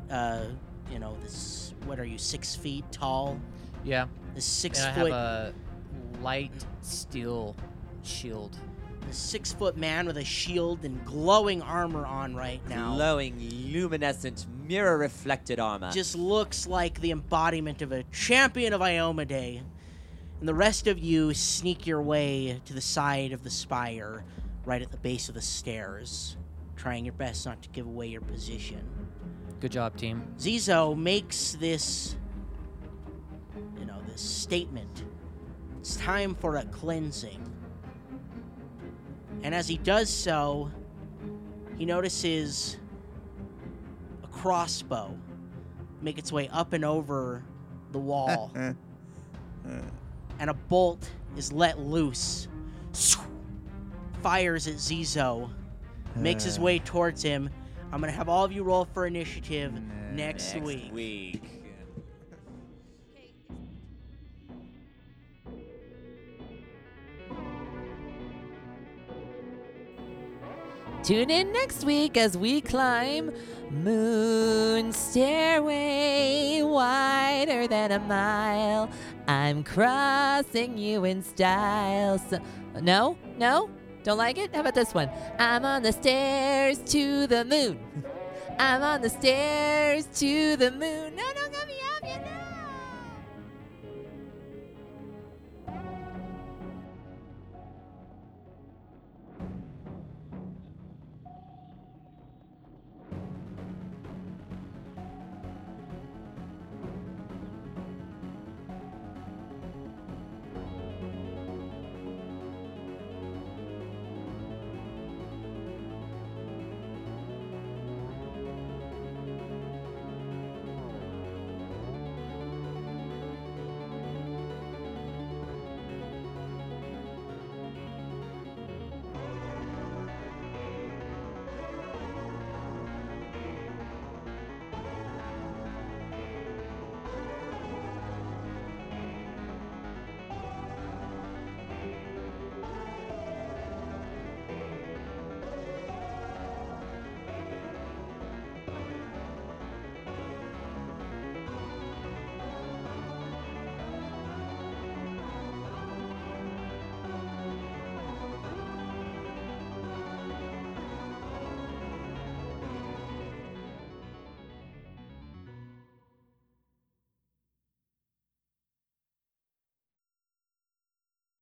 uh, you know, this, what are you, six feet tall?
Yeah.
This six
And I have
foot
a light steel shield.
this six foot man with a shield and glowing armor on right now.
Glowing, luminescent, mirror reflected armor.
just looks like the embodiment of a champion of Ioma Day. And the rest of you sneak your way to the side of the spire, right at the base of the stairs, trying your best not to give away your position.
Good job, team.
Zizo makes this, you know, this statement. It's time for a cleansing. And as he does so, he notices a crossbow make its way up and over the wall. and a bolt is let loose. Fires at Zizo, makes his
Uh,
way towards him. I'm going to have all of you roll for initiative
Nah.
next, week.
week.
Tune in next week as we climb Moon Stairway, wider than a mile. I'm crossing you in style. So, no, no, don't like it? How about this one? I'm on the stairs to the moon. I'm on the stairs to the moon. No, no,